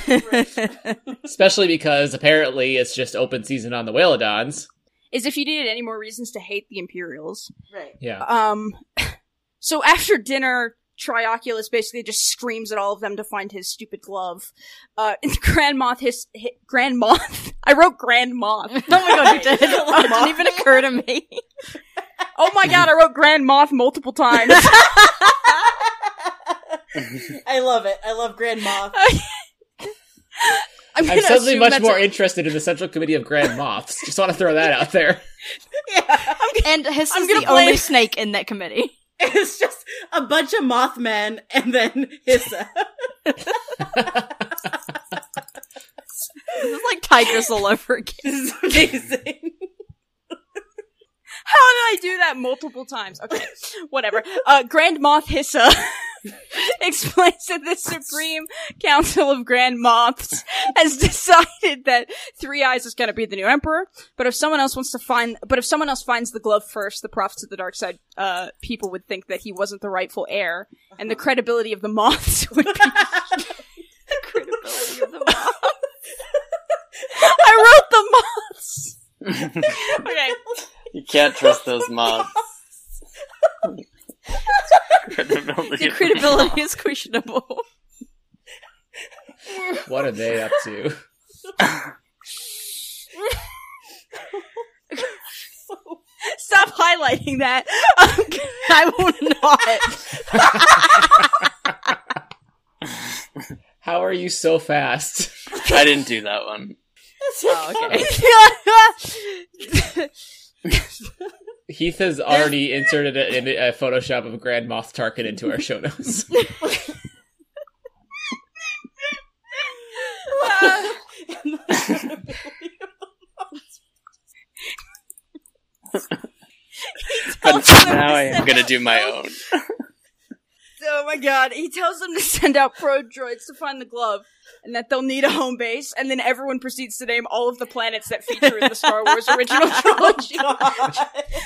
Especially because apparently it's just open season on the whalodons. is if you needed any more reasons to hate the Imperials. right. Yeah. Um, so after dinner, Trioculus basically just screams at all of them to find his stupid glove. Uh, and Grand Moth, his, hi Grand Moth. I wrote Grand Moth. Oh my god, you did. it didn't even occur to me. Oh my god, I wrote Grand Moth multiple times. I love it. I love Grand Moff. I'm, I'm gonna suddenly assume much that's more a- interested in the Central Committee of Grand Moths. Just want to throw that out there. Yeah. And Hiss I'm is gonna the blame- only snake in that committee. It's just a bunch of Mothmen and then Hissa. This is like Tigress all over again. This is amazing. How did Oh, I do that multiple times? Okay, whatever. Uh, Grand Moth Hissa explains that the Supreme Council of Grand Moths has decided that Three Eyes is going to be the new emperor. But if someone else wants to find, but if someone else finds the glove first, the prophets of the dark side uh, people would think that he wasn't the rightful heir, and the credibility of the moths would be. I wrote the moths. okay. You can't trust those moths. Credibility. The credibility is questionable. What are they up to? Stop highlighting that. Um, I will not. How are you so fast? I didn't do that one. Oh, okay. Heath has already inserted a, in a Photoshop of Grand Moth Tarkin into our show notes. But now I am gonna do my own. oh my god. He tells them to send out probe droids to find the glove and that they'll need a home base, and then everyone proceeds to name all of the planets that feature in the Star Wars original trilogy.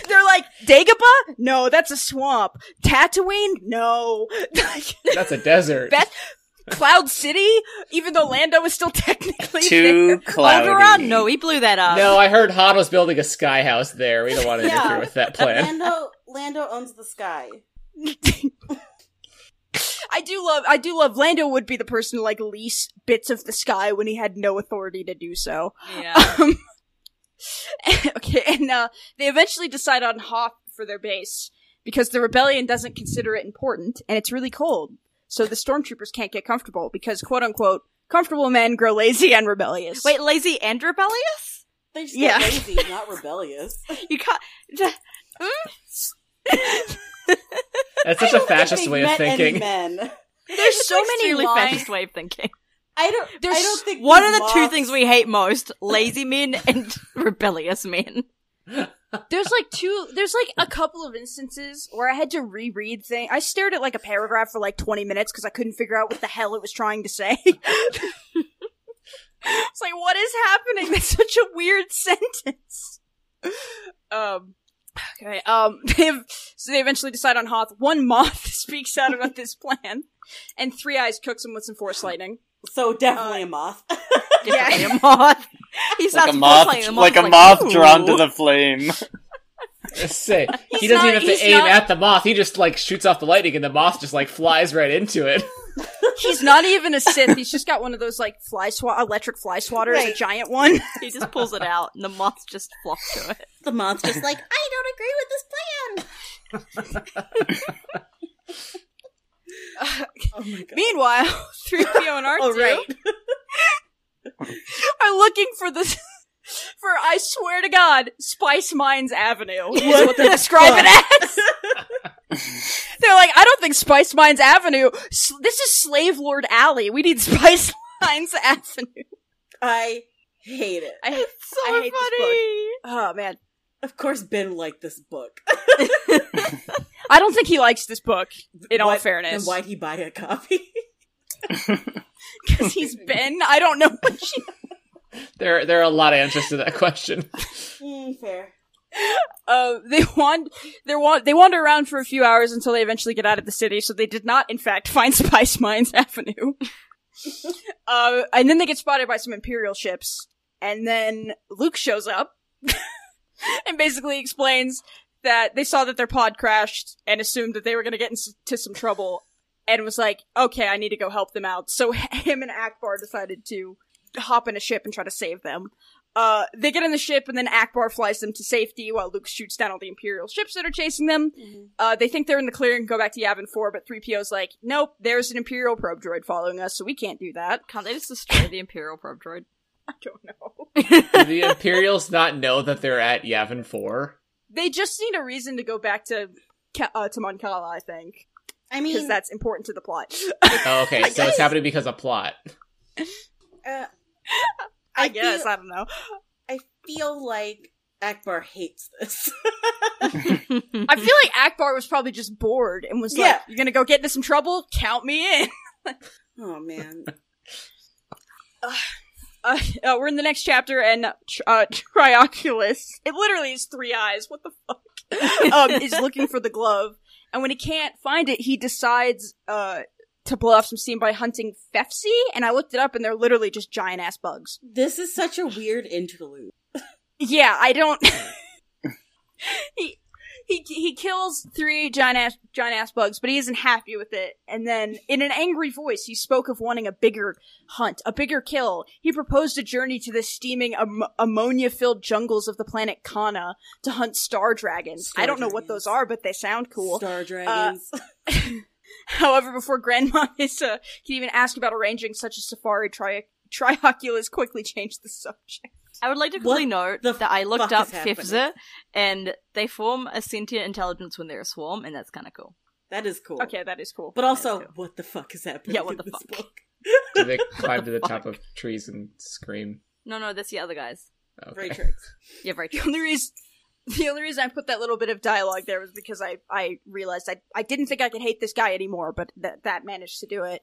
They're like, Dagobah? No, that's a swamp. Tatooine? No. Like, That's a desert. Beth- Cloud City? Even though Lando is still technically Too cloudy. Alderaan? No, he blew that up. no, I heard Han was building a sky house there. We don't want to Yeah. interfere with that plan. Lando Lando owns the sky. I do love I do love Lando would be the person to like lease bits of the sky when he had no authority to do so. Yeah. Um, okay, and uh, they eventually decide on Hoth for their base because the rebellion doesn't consider it important and it's really cold. So the stormtroopers can't get comfortable because quote unquote comfortable men grow lazy and rebellious. Wait, lazy and rebellious? They just Yeah. get lazy, not rebellious. You can't. That's such a fascist way of thinking. men. there's so many Extremely lines. fascist way of thinking. I don't. There's I don't think. What these are the two moths- things we hate most? Lazy men and rebellious men. There's like two. There's like a couple of instances where I had to reread things. I stared at like a paragraph for like 20 minutes because I couldn't figure out what the hell it was trying to say. it's like, what is happening? That's such a weird sentence. Um. Okay. Um. They have, so they eventually decide on Hoth. One moth speaks out about this plan, and Three Eyes cooks him with some force lightning. So definitely a moth. Definitely a moth. He Like starts a moth, playing the moth. like a like, moth drawn to "Ooh." the flame. Let's say he He's doesn't even not- have he's to aim not- at the moth. He just like shoots off the lightning, and the moth just like flies right into it. He's not even a Sith. He's just got one of those like fly swat, electric fly swatters, a Right. giant one. He just pulls it out, and the moths just flock to it. the moth's just like, I don't agree with this plan. Oh my god. Meanwhile, 3PO and R2 Oh, right. are looking for the for I swear to God, Spice Mines Avenue is what, they describe it as. They're like, I don't think Spice Mines Avenue. s- This is Slave Lord Alley. We need Spice Mines Avenue. I hate it. I hate, So I hate this book. oh man, Of course, Ben liked this book. I don't think he likes this book. In all Why- fairness, then why'd he buy a copy? because he's been. I don't know what she. There, there are a lot of answers to that question. mm, fair. Uh, they wand, they wand, they wander around for a few hours until they eventually get out of the city. So they did not, in fact, find Spice Mines Avenue. uh, and then they get spotted by some Imperial ships, and then Luke shows up and basically explains that they saw that their pod crashed and assumed that they were going to get into some trouble, and was like, "Okay, I need to go help them out." So him and Akbar decided to hop in a ship and try to save them. Uh, they get in the ship and then Akbar flies them to safety while Luke shoots down all the Imperial ships that are chasing them. Mm. Uh, they think they're in the clear and go back to Yavin 4, but 3PO's like, nope, there's an Imperial probe droid following us, so we can't do that. Can't they just destroy the Imperial probe droid? I don't know. Do the Imperials not know that they're at Yavin Four? They just need a reason to go back to, Ka- uh, to Mon Cala, I think, I because mean, that's important to the plot. Oh, okay, so it's happening because of plot. uh, I, I guess, feel- I don't know. I feel like Akbar hates this. I feel like Akbar was probably just bored and was like, Yeah. you're gonna go get into some trouble? Count me in. oh man, Uh, uh, we're in the next chapter, and uh, Trioculus, it literally is three eyes, what the fuck, um, is looking for the glove. And when he can't find it, he decides uh, to blow off some steam by hunting Fefsi, and I looked it up, and they're literally just giant ass bugs. this is such a weird interlude. Yeah, I don't. he, he he kills three giant ass giant ass bugs, but he isn't happy with it. And then, in an angry voice, he spoke of wanting a bigger hunt, a bigger kill. He proposed a journey to the steaming am- ammonia filled jungles of the planet Kana to hunt star dragons. Star I don't know what dragons. those are, but they sound cool. Uh, Star dragons. However, before Grandma Issa could even ask about arranging such a safari, tri- Trioculus quickly changed the subject. I would like to quickly What note the that I looked fuck up is happening? FEFSA, and they form a sentient intelligence when they're a swarm, and that's kind of cool. that is cool. Okay, that is cool. But also, cool. what the fuck is happening? Yeah, what in the this fuck? book? Do they climb to the top of trees and scream? Oh, No, no, that's the other guys. Okay. Great tricks. Yeah, very The true. only reason the only reason I put that little bit of dialogue there was because I I realized I I didn't think I could hate this guy anymore, but that that managed to do it.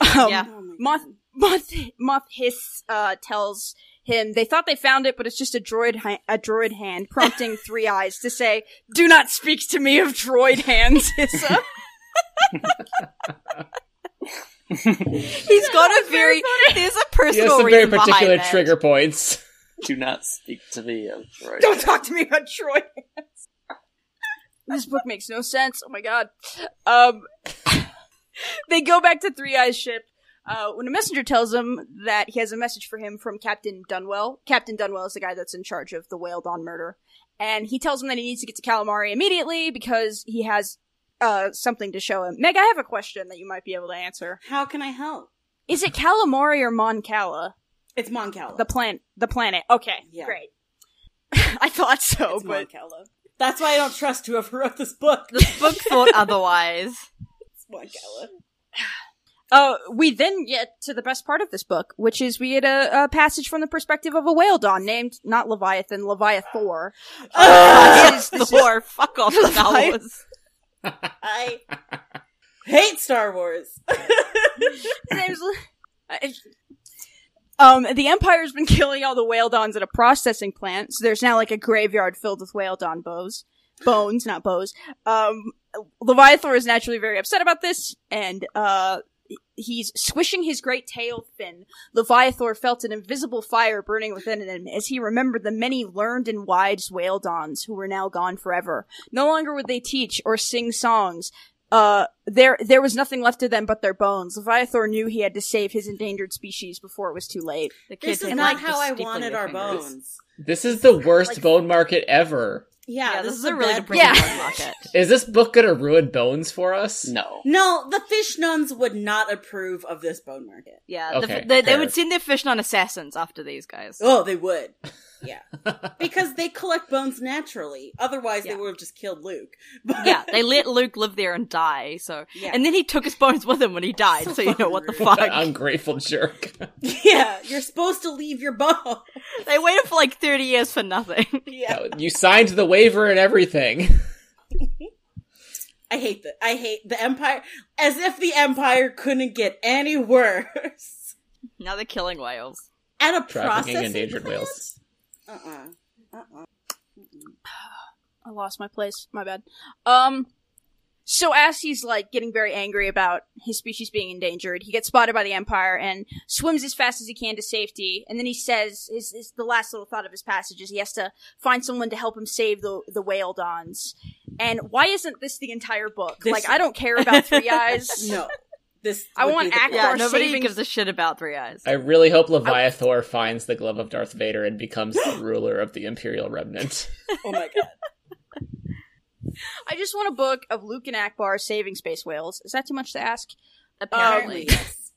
Um, Yeah. Oh my Moth God. Moth Moth Hiss uh, tells him they thought they found it, but it's just a droid ha- a droid hand prompting Three Eyes to say, "Do not speak to me of droid hands." Hissa." He's got a very there's a He has personal some very reason behind particular that. trigger points. Do not speak to me, of droid. Don't talk to me about droid hands. this book makes no sense. Oh my god. Um, they go back to Three Eyes ship uh, when a messenger tells him that he has a message for him from Captain Dunwell. Captain Dunwell is the guy that's in charge of the Whale Dawn murder, and he tells him that he needs to get to Calamari immediately because he has uh, something to show him. Meg, I have a question that you might be able to answer. How can I help? Is it Calamari or Mon Cala? It's Moncala. The plan, the planet. Okay, Yeah. great. I thought so, it's but Moncala. That's why I don't trust whoever wrote this book. This book thought otherwise. It's Moncala. Uh, we then get to the best part of this book, which is we get a, a passage from the perspective of a whale don named not Leviathan, Leviathor. This is Thor. Fuck off, Star Wars. I hate Star Wars. His name's Le- uh, um, the Empire's been killing all the whale dons at a processing plant, so there's now like a graveyard filled with whale don bows. Bones, not bows. Um, Leviathor is naturally very upset about this, and, uh, he's swishing his great tail fin. Leviathor felt an invisible fire burning within him as he remembered the many learned and wise whale dons who were now gone forever. No longer would they teach or sing songs. Uh, there, there was nothing left of them but their bones. Leviathor knew he had to save his endangered species before it was too late. The kid this is had, not like, how the I steeple in wanted their our fingers. bones. This is the worst bone market ever. Yeah, Yeah, this, is a really bad depressing Yeah. yeah. market. Is this book gonna ruin bones for us? No. No, the fish nuns would not approve of this bone market. Yeah, Okay, the, they, they fair. would send their fish on assassins after these guys. Oh, they would. Yeah. because they collect bones naturally. Otherwise, Yeah. they would have just killed Luke. But yeah, they let Luke live there and die. So, Yeah. and then he took his bones with him when he died. So, you know what the fuck? Ungrateful jerk. yeah, you're supposed to leave your bones. they waited for like thirty years for nothing. Yeah. You signed the waiver and everything. I hate the I hate the Empire as if the Empire couldn't get any worse. now they're killing whales. At a Trafficking processing endangered plant? whales. Uh-uh. I lost my place. My bad. Um, so as he's like getting very angry about his species being endangered, he gets spotted by the Empire and swims as fast as he can to safety. And then he says, his, his, the last little thought of his passage is he has to find someone to help him save the the whale dons. And why isn't this the entire book? This- like I don't care about Three Eyes. No. This I would want be the- act- Yeah, Or nobody saving- gives a shit about Three Eyes. I really hope Leviathor finds the glove of Darth Vader and becomes the ruler of the Imperial Remnant. Oh my god. I just want a book of Luke and Akbar saving space whales. Is that too much to ask? Apparently. yes.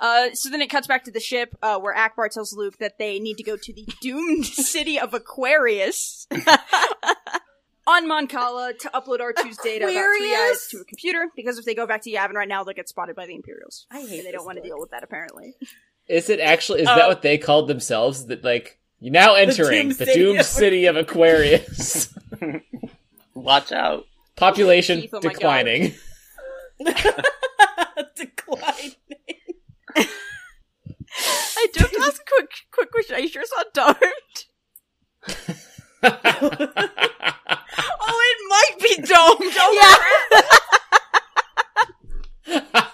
Uh, so then it cuts back to the ship, uh, where Akbar tells Luke that they need to go to the doomed city of Aquarius on Moncala to upload R2's data about three eyes Aquarius? to a computer, because if they go back to Yavin right now, they'll get spotted by the Imperials. I hate And they this don't want to book. deal with that, apparently. Is it actually? Is that Uh, what they called themselves? That like you now entering doomed the city doomed of- city of Aquarius. Watch out. Population Keith, oh my God. declining. Decline. I do have to ask a quick, quick question. Are you sure it's not domed? Oh, it might be domed. Oh, yeah.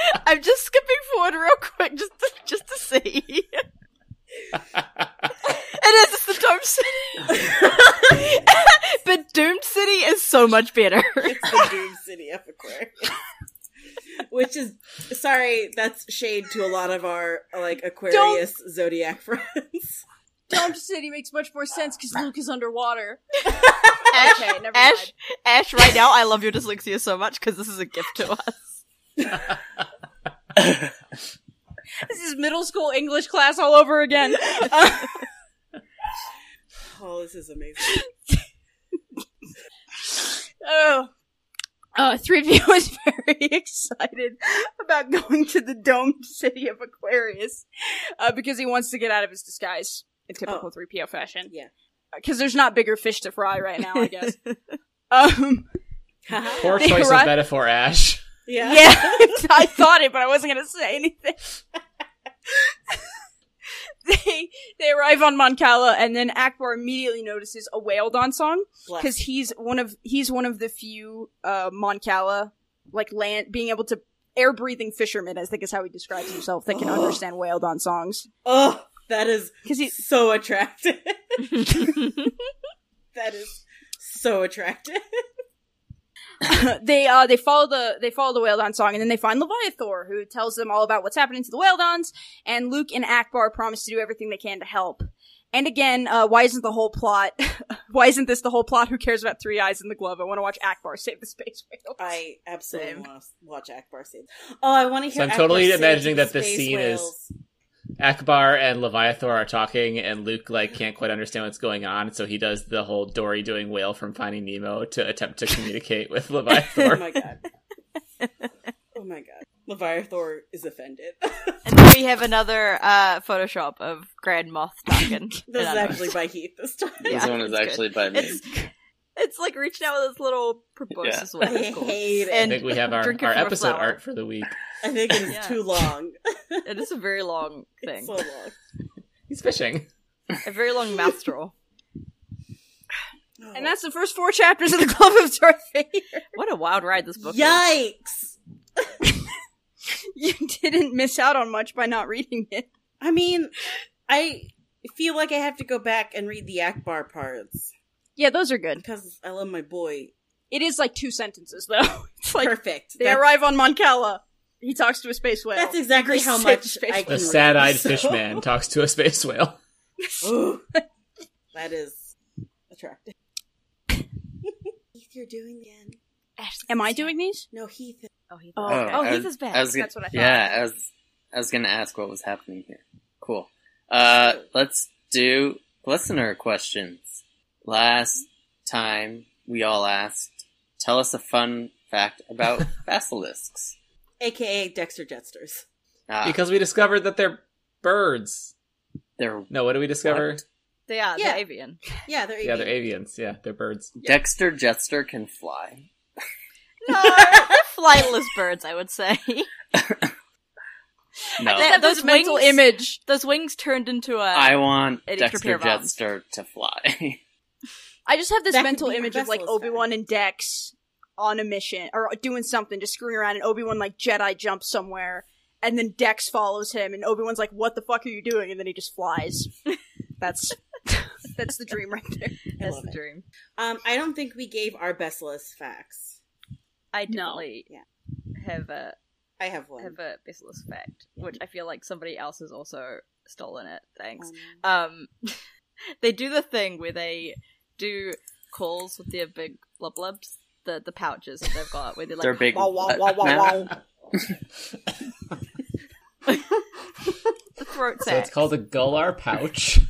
I'm just skipping forward real quick just to, just to see. it is. It's the Dome City. but Doomed City is so much better. It's the Doom City of Aquarius. Which is sorry, that's shade to a lot of our like Aquarius zodiac friends. Dome City makes much more sense because Luke is underwater. Ash, Okay, never Ash, mind. Ash, right now I love your dyslexia so much because this is a gift to us. This is middle school English class all over again. Oh, this is amazing. Oh. Uh, 3PO was very excited about going to the domed city of Aquarius uh, because he wants to get out of his disguise in typical 3PO fashion. Oh. Yeah. Because there's not bigger fish to fry right now, I guess. um, Poor They choice arrive- of metaphor, Ash. Uh-huh. Yeah. yeah, I thought it, but I wasn't going to say anything. they, they arrive on Moncala, and then Akbar immediately notices a whale don song. Bless. because he's one of he's one of the few uh Moncala like land being able to air breathing fishermen. I think is how he describes himself that can understand whaled on songs Oh, that is because he so attractive. that is so attractive. they uh they follow the they follow the whaledon song and then they find Leviathor who tells them all about what's happening to the whaledons and Luke and Akbar promise to do everything they can to help. And again, uh, why isn't the whole plot? why isn't this the whole plot? Who cares about three eyes in the glove? I want to watch Akbar save the space whale. I absolutely Same. want to watch Akbar save. Oh, I want to hear. I'm Akbar totally save imagining that this space scene is- whales. Akbar and Leviathor are talking, and Luke like can't quite understand what's going on, so he does the whole Dory doing whale from Finding Nemo to attempt to communicate with Oh Leviathor. my god. oh my god. Leviathor is offended. And then we have another uh, Photoshop of Grand Moth Tarkin. this is actually by Heath this time. Yeah, this one is it's good. actually by me. It's, it's like reaching out with its little proboscis. I Yeah. hate it. I And- think we have our, Drink it our from a episode flower. art for the week. I think it is Yeah. too long. It is a very long It's thing, so long. He's fishing. a very long mouth straw. And that's the first four chapters of the Glove of Darth Vader. What a wild ride this book is. Yikes! you didn't miss out on much by not reading it. I mean, I feel like I have to go back and read the Akbar parts Yeah, those are good. because I love my boy. It is like two sentences though. It's like Perfect. they That's- arrive on Moncala. He talks to a space whale. That's exactly They how sit much space- I can The relate. sad eyed So- fish man talks to a space whale. Ooh, that is attractive. Heath, you're doing again. Am I doing these? No, Heath. Oh, he- Oh, oh, I Heath was- is back. I was gonna, That's what I thought. Yeah, I was, I was going to ask what was happening here. Cool. Uh, let's do listener questions. Last time we all asked, tell us a fun fact about basilisks. aka Dexter Jetsters. Ah, Because we discovered that they're birds. they're No, what did we discover? They are. Yeah. They're avian. Yeah, they're Yeah, yeah, they're avians. Yeah, they're birds. Dexter Jetster can fly. No, they're flightless birds, I would say. No, That- uh, Have those this mental wings- image. Those wings turned into a. I want An extra pair Dexter of arms. Jetster to fly. I just have this That could mental be image of like Vessel's Obi Wan and Dex on a mission or doing something, just screwing around, and Obi Wan like Jedi jumps somewhere, and then Dex follows him, and Obi Wan's like, "What the fuck are you doing?" And then he just flies. That's that's the dream right there. I That's love the it. dream. Um, I don't think we gave our best list facts. I definitely Yeah. have a I have one. have a basilisk fact, which I feel like somebody else has also stolen it. Thanks. Um, um they do the thing where they do calls with their big blub blubs the the pouches that they've got where they're like They're big. Wow, Uh, wow, wow, wow, Nah. wow. the throat So sack. it's called a gullar pouch.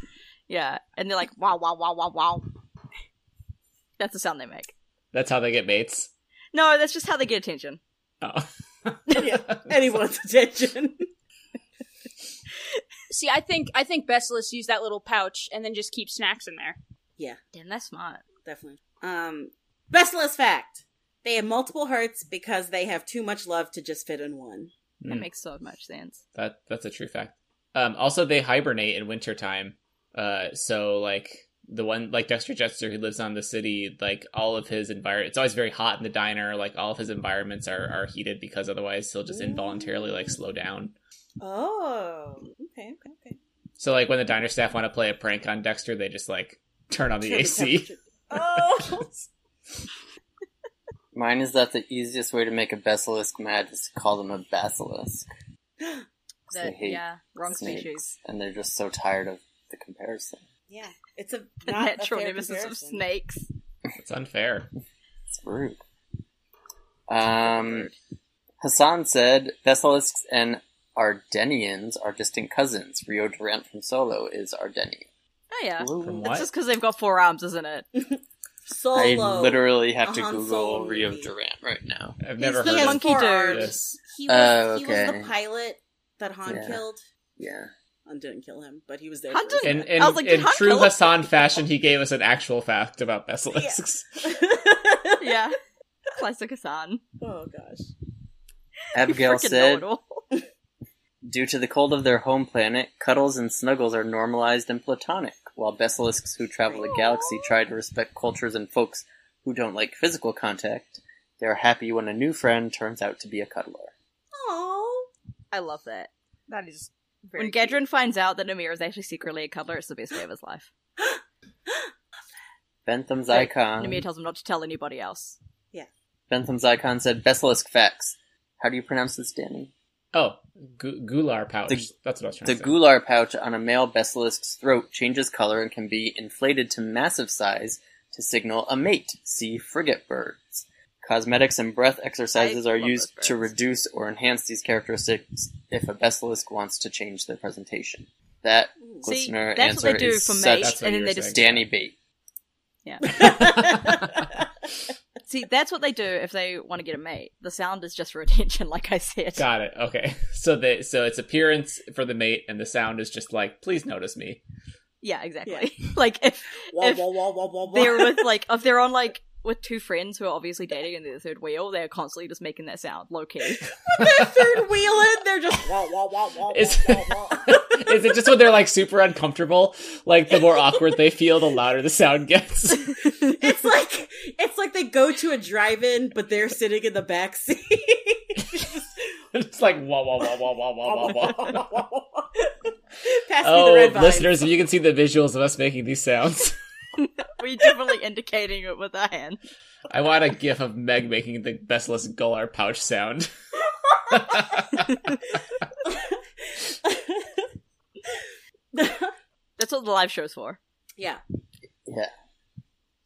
yeah and they're like wow wow wow Oh, wow wow that's the sound they make That's how they get mates. no that's just how they get attention Oh. yeah, anyone's attention. See, I think I think Bessilis used that little pouch and then just keep snacks in there. damn that's smart Definitely. Um, best list fact. They have multiple hearts because they have too much love to just fit in one. that Mm. makes so much sense That that's a true fact. Um, also, they hibernate in wintertime. Uh, so like the one like Dexter Jetster who lives on the city, like all of his environment, it's always very hot in the diner. Like all of his environments are are heated because otherwise he'll just involuntarily like slow down. Oh, okay, okay, okay. So like when the diner staff want to play a prank on Dexter, they just like turn on the Sure, AC. temperature- oh Mine is that the easiest way to make a basilisk mad is to call them a basilisk. that, They hate yeah wrong snakes, species And they're just so tired of the comparison. Yeah, it's a the not natural a fair nemesis of comparison. snakes It's unfair. It's rude. Um, Hassan said basilisks and Ardenians are distant cousins. Rio Durant from Solo is Ardenian. oh yeah From that's what? just because they've got four arms isn't it Solo. I literally have Uh-huh. to A Han Google Solo Rio movie. Durant right now. I've never He's heard the of monkey monkey dude. dude. this. He was, Oh, he was the okay. pilot that Han Yeah. killed. Yeah. Han didn't kill him, but he was there. Han for his In didn't- death. in, I was like, did in Han true kill him? Hassan fashion, he gave us an actual fact about basilisks. yeah classic Hassan oh gosh. Abigail Freaking said know-it-all. Due to the cold of their home planet, cuddles and snuggles are normalized and platonic, while basilisks who travel the galaxy try to respect cultures and folks who don't like physical contact. They are happy when a new friend turns out to be a cuddler. Oh, I love that. That is when Gedrin finds out that Amir is actually secretly a cuddler, it's the best day of his life. Bentham's Right. icon. And Amir tells him not to tell anybody else. Bentham's icon said basilisk facts. How do you pronounce this, Danny? Oh, gu- gular pouch. The- That's what I was trying The to say. gular pouch on a male basilisk's throat changes color and can be inflated to massive size to signal a mate. See frigate birds. Cosmetics and breath exercises I are love used those to birds. reduce or enhance these characteristics if a basilisk wants to change their presentation. That See, listener that's what answer they do is for such mate, That's what and you then were they just saying. Danny bait. see. That's what they do if they want to get a mate. The sound is just for attention, like I said. Got it. Okay. So they so it's appearance for the mate, and the sound is just like, please notice me. Yeah, exactly. like if wah, If wah, wah, wah, wah, wah. they're with like if they're on like with two friends who are obviously dating and they're the third wheel, they're constantly just making that sound low key. They're third wheeling. They're just wah, wah, wah, wah, Is, wah, wah, wah. is it just when they're like super uncomfortable? Like the more awkward they feel, the louder the sound gets. It's like it's like they go to a drive-in, but they're sitting in the back seat. it's like wah wah wah wah wah wah wah wah. Pass me the Oh, red vine. listeners, if you can see the visuals of us making these sounds, We're definitely indicating it with our hand. I want a gif of Meg making the bestless gular pouch sound. That's what the live show's for. yeah.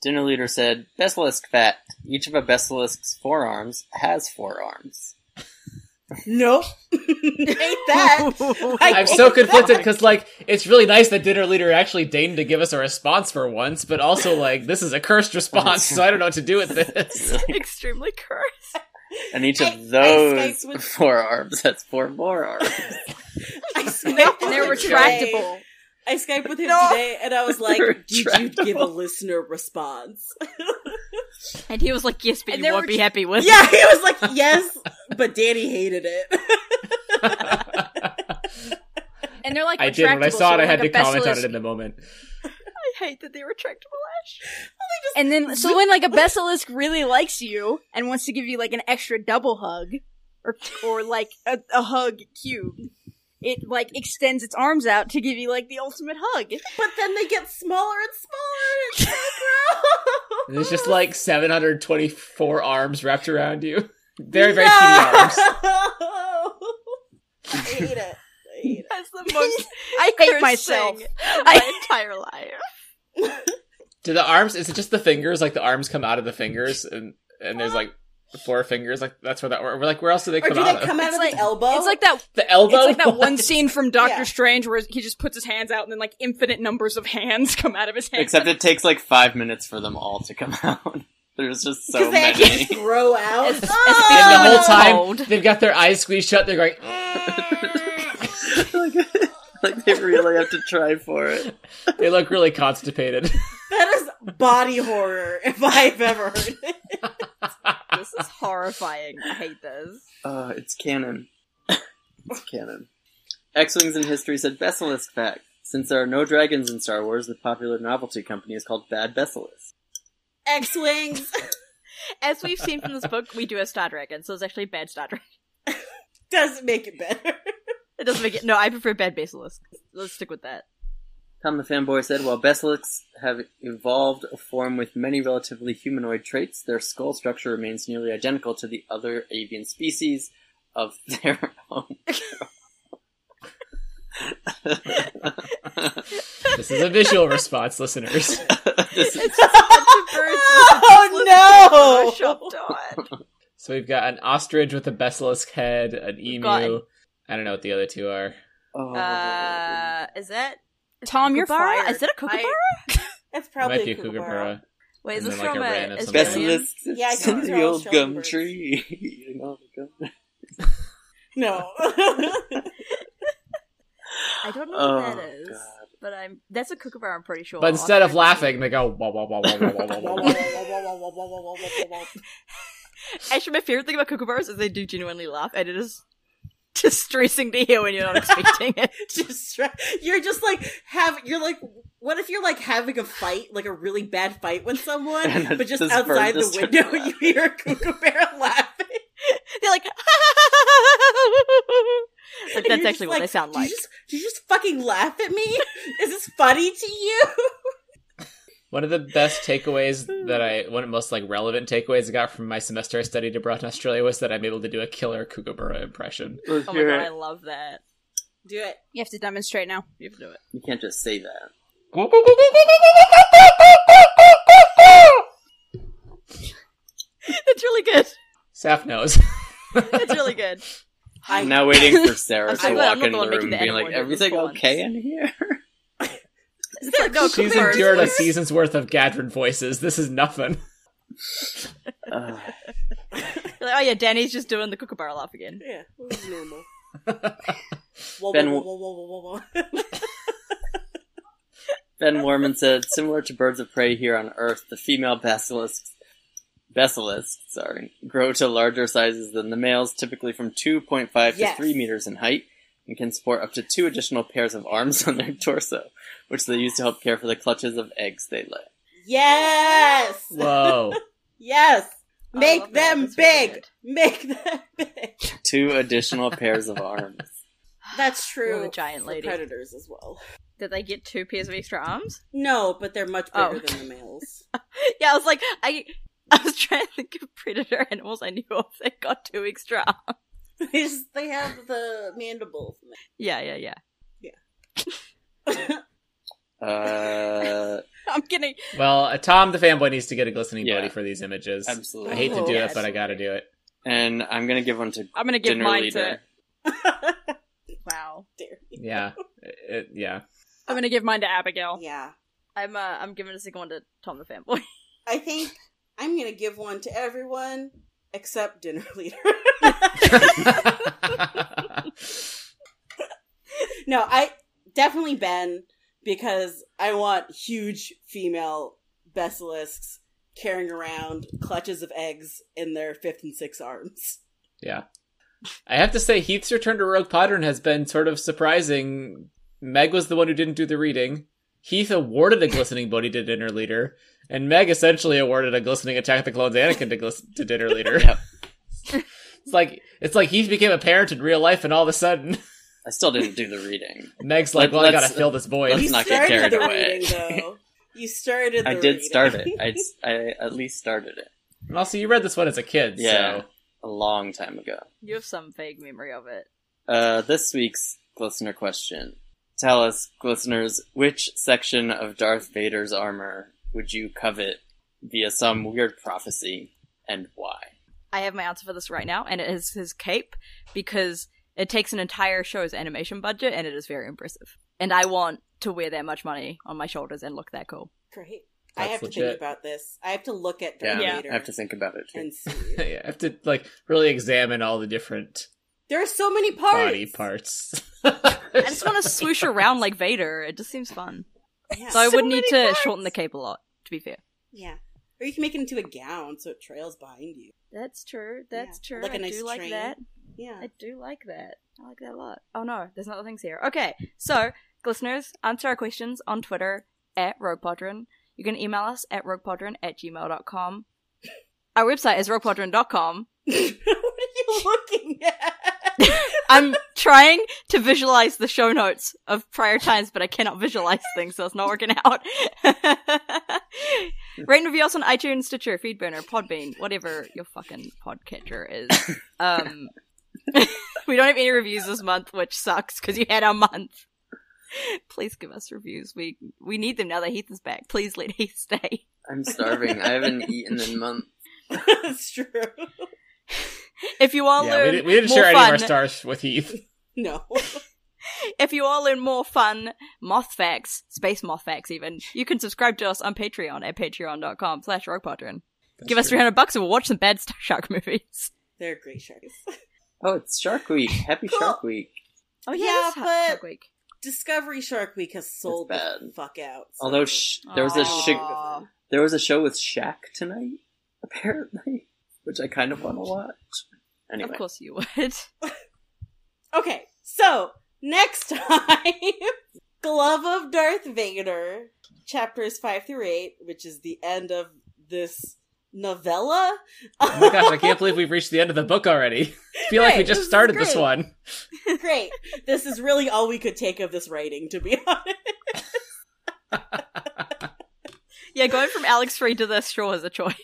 Dinner leader said, Basilisk fact. Each of a basilisk's forearms has four arms. Nope. Ain't that? I I'm so conflicted because, like, it's really nice that dinner leader actually deigned to give us a response for once, but also, like, this is a cursed response, so I don't know what to do with this. Extremely cursed. And each I- I of those skyped with- forearms, that's four more arms. I Skyped And with they're him today. retractable. I Skyped with him No. today, and I was like, They're "Did you give a retractable. listener response?" And he was like, yes, but And you there won't were be t- happy with yeah, he was like, "Yes," but Danny hated it. And they're like I did. When I retractable, saw so it, I like had a to comment vessel on it is- in the moment. I hate that they retractable ash. And then, so when like a basilisk really likes you and wants to give you like an extra double hug, or or like a, a hug cube, it like extends its arms out to give you like the ultimate hug. but then they get smaller and smaller. And it's so gross. And it's just like 724 arms wrapped around you. Very, very teeny arms. I hate it. I hate That's the most I hate cursed myself. thing of my I, entire life. Do the arms? Is it just the fingers? Like the arms come out of the fingers, and and there's like four fingers. Like that's where that. We're like, where else do they Or come do out they of? come out It's of like- the elbow? it's like that. the elbow. It's like that one scene from Doctor Yeah. Strange where he just puts his hands out and then like infinite numbers of hands come out of his hands. Except it takes like five minutes for them all to come out. There's just so because they many. actually just grow out. It's- it's and the Oh, whole it's time cold. they've got their eyes squeezed shut. They're going. "Eh." like, like they really have to try for it. They look really constipated. that is body horror if I've ever heard it. This is horrifying. I hate this. Uh, it's canon. it's canon. X-Wings in History said Basilisk fact. Since there are no dragons in Star Wars, the popular novelty company is called Bad Basilisk. X wings. As we've seen from this book, we do have Star Dragon, so it's actually bad Star Dragon. doesn't make it better. It doesn't make it. No, I prefer bad basilisk. Let's stick with that. Tom the Fanboy said, while basilisks have evolved a form with many relatively humanoid traits, their skull structure remains nearly identical to the other avian species of their own. this is a visual response, listeners. This is- Oh Shop dot. So we've got an ostrich with a basilisk head, an emu. got an- I don't know what the other two are. oh. Uh, is that Tom, you're Kookaburra? fired. Is it a kookaburra? It's It probably might be a a kookaburra. kookaburra. Wait, is And this then, like, from a rat a, of is some this kind. alien? Yeah, Basilisks I it's know, in they're the all old Australian gum birds. tree. You know, the gum- No. I don't know what Oh, that is, God. but I'm that's a kookaburra. I'm pretty sure. But instead of Ostrich. laughing, they go wah wah wah wah wah wah wah. wah. actually, my favorite thing about kookaburras is they do genuinely laugh, and it is distressing to hear when you're not expecting it. just try- you're just like have you're like what if you're like having a fight like a really bad fight with someone And but just this bird outside the just started window you laughing. hear a kookaburra laughing They're like, like And that's you're actually just what they sound "Did you like. just- did you just fucking laugh at me is this funny to you One of the best takeaways that I, one of the most like relevant takeaways I got from my semester I studied abroad in Australia was that I'm able to do a killer kookaburra impression. Let's Oh my hear god, it. I love that. do it you have to demonstrate now. You have to do it. You can't just say that. It's really good. Saf knows. It's really good. I, I'm now waiting for Sarah I'm to sorry, I'm walk not in the the one room making and the be like, animal noises everything for once." okay in here? It's like, no, She's kookaburras- endured a season's worth of Gadrin voices. This is nothing. Uh, Like, oh yeah, Danny's just doing the kookaburra laugh again. yeah this is normal Whoa, Ben- whoa, whoa, whoa, whoa, whoa, whoa. ben Warman said, similar to birds of prey here on Earth, the female basilisks, basilisk, sorry, grow to larger sizes than the males, typically from 2.5 Yes. to 3 meters in height, and can sport up to two additional pairs of arms on their torso, which they use to help care for the clutches of eggs they lay. yes Whoa. yes Oh, I make love that. them That's really big good. make them big Two additional pairs of arms. that's true Or the giant for lady. predators as well Did they get two pairs of extra arms? No, but they're much bigger Oh. than the males. Yeah, I was like, I, I was trying to think of predator animals I knew of that got two extra arms. they, just, they have the mandibles. Yeah, yeah, yeah. Uh, I'm getting. well, uh, Tom the fanboy needs to get a glistening Yeah. body for these images. absolutely. I hate to Oh, do yeah, it, but I gotta do it. And I'm gonna give one to I'm gonna give dinner mine leader. to. Yeah. It- yeah. I'm gonna give mine to Abigail. Yeah. I'm uh, I'm giving a second one to Tom the fanboy. I think I'm going to give one to everyone except dinner leader. no, I definitely Ben because I want huge female basilisks carrying around clutches of eggs in their fifth and sixth arms. Yeah. I have to say, Heath's return to Rogue Pattern has been sort of surprising. Meg was the one who didn't do the reading. Heath awarded a glistening body to dinner leader, and Meg essentially awarded a glistening attack the clones Anakin to, glis- to dinner leader. it's like it's like Heath became a parent in real life, and all of a sudden, I still didn't do the reading. Meg's like, Let- "Well, I let's- gotta fill this void." let's- you not get started carried the away. reading, though. You started. The I did reading. start it. I, s- I at least started it And also, you read this one as a kid, Yeah. so a long time ago. you have some vague memory of it. Uh, this week's glistener question: Tell us, glisteners, which section of Darth Vader's armor would you covet via some weird prophecy, and why? I have my answer for this right now, and it is his cape because it takes an entire show's animation budget, and it is very impressive. And I want to wear that much money on my shoulders and look that cool. Great. I That's have to legit. think about this. I have to look at Darth Yeah, Vader I have to think about it. Too. and see. I have to like really examine all the different There are so many parts. body parts. I just want to swoosh around like Vader. It just seems fun. Yeah. So I would need to shorten the cape a lot. To be fair, yeah. Or you can make it into a gown so it trails behind you. that's true. that's Yeah, true. like a I nice do like train. that. Yeah. I do like that. I like that a lot. Oh no, there's not things here. Okay, so listeners, answer our questions on Twitter at RoguePodron. You can email us at roguepodron at gmail.com. Our website is roguepodron.com. what are you looking at? I'm trying to visualize the show notes of prior times, but I cannot visualize things, so it's not working out. Rate and review us on iTunes, Stitcher, Feedburner, Podbean, whatever your fucking podcatcher is. Um, we don't have any reviews this month, which sucks because you had our month. Please give us reviews. We we need them now that Heath is back. Please let Heath stay. I'm starving. I haven't eaten in months. That's true. If you all yeah, learn we, did, we didn't more share any of our fun- stars with Heath. No. If you all learn more fun moth facts, space moth facts even, you can subscribe to us on Patreon at patreon.com slash roguepodron. Give us 300 bucks and we'll watch some bad Star Shark movies. They're great sharks. Oh, it's Shark Week! Happy Cool. Shark Week! Oh yeah, it's Shark- Shark Week. Discovery Shark Week has sold the bad. fuck out. so- Although sh- there was a Aw. sh- there was a show with Shaq tonight, apparently, which I kind of want to watch. Anyway, Of course you would. Okay, so next time, Glove of Darth Vader, chapters five through eight, which is the end of this novella. Oh my gosh, I can't believe we've reached the end of the book already. I feel like we Right, just this is started this great. one. Great. This is really all we could take of this writing, to be honest. Yeah, going from Alex Free to this sure is a choice.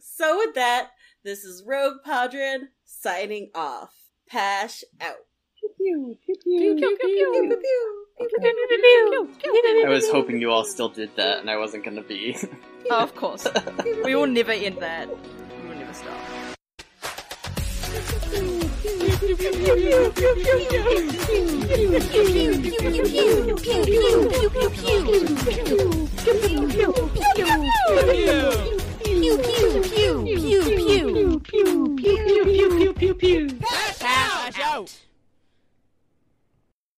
so with that, this is Rogue Podrin signing off. Pash out. I was hoping you all still did that, and I wasn't going to be. Oh, of course. we will never end that. We will never stop. pew pew pew pew pew pew pew pew pew pew pew pew pew pew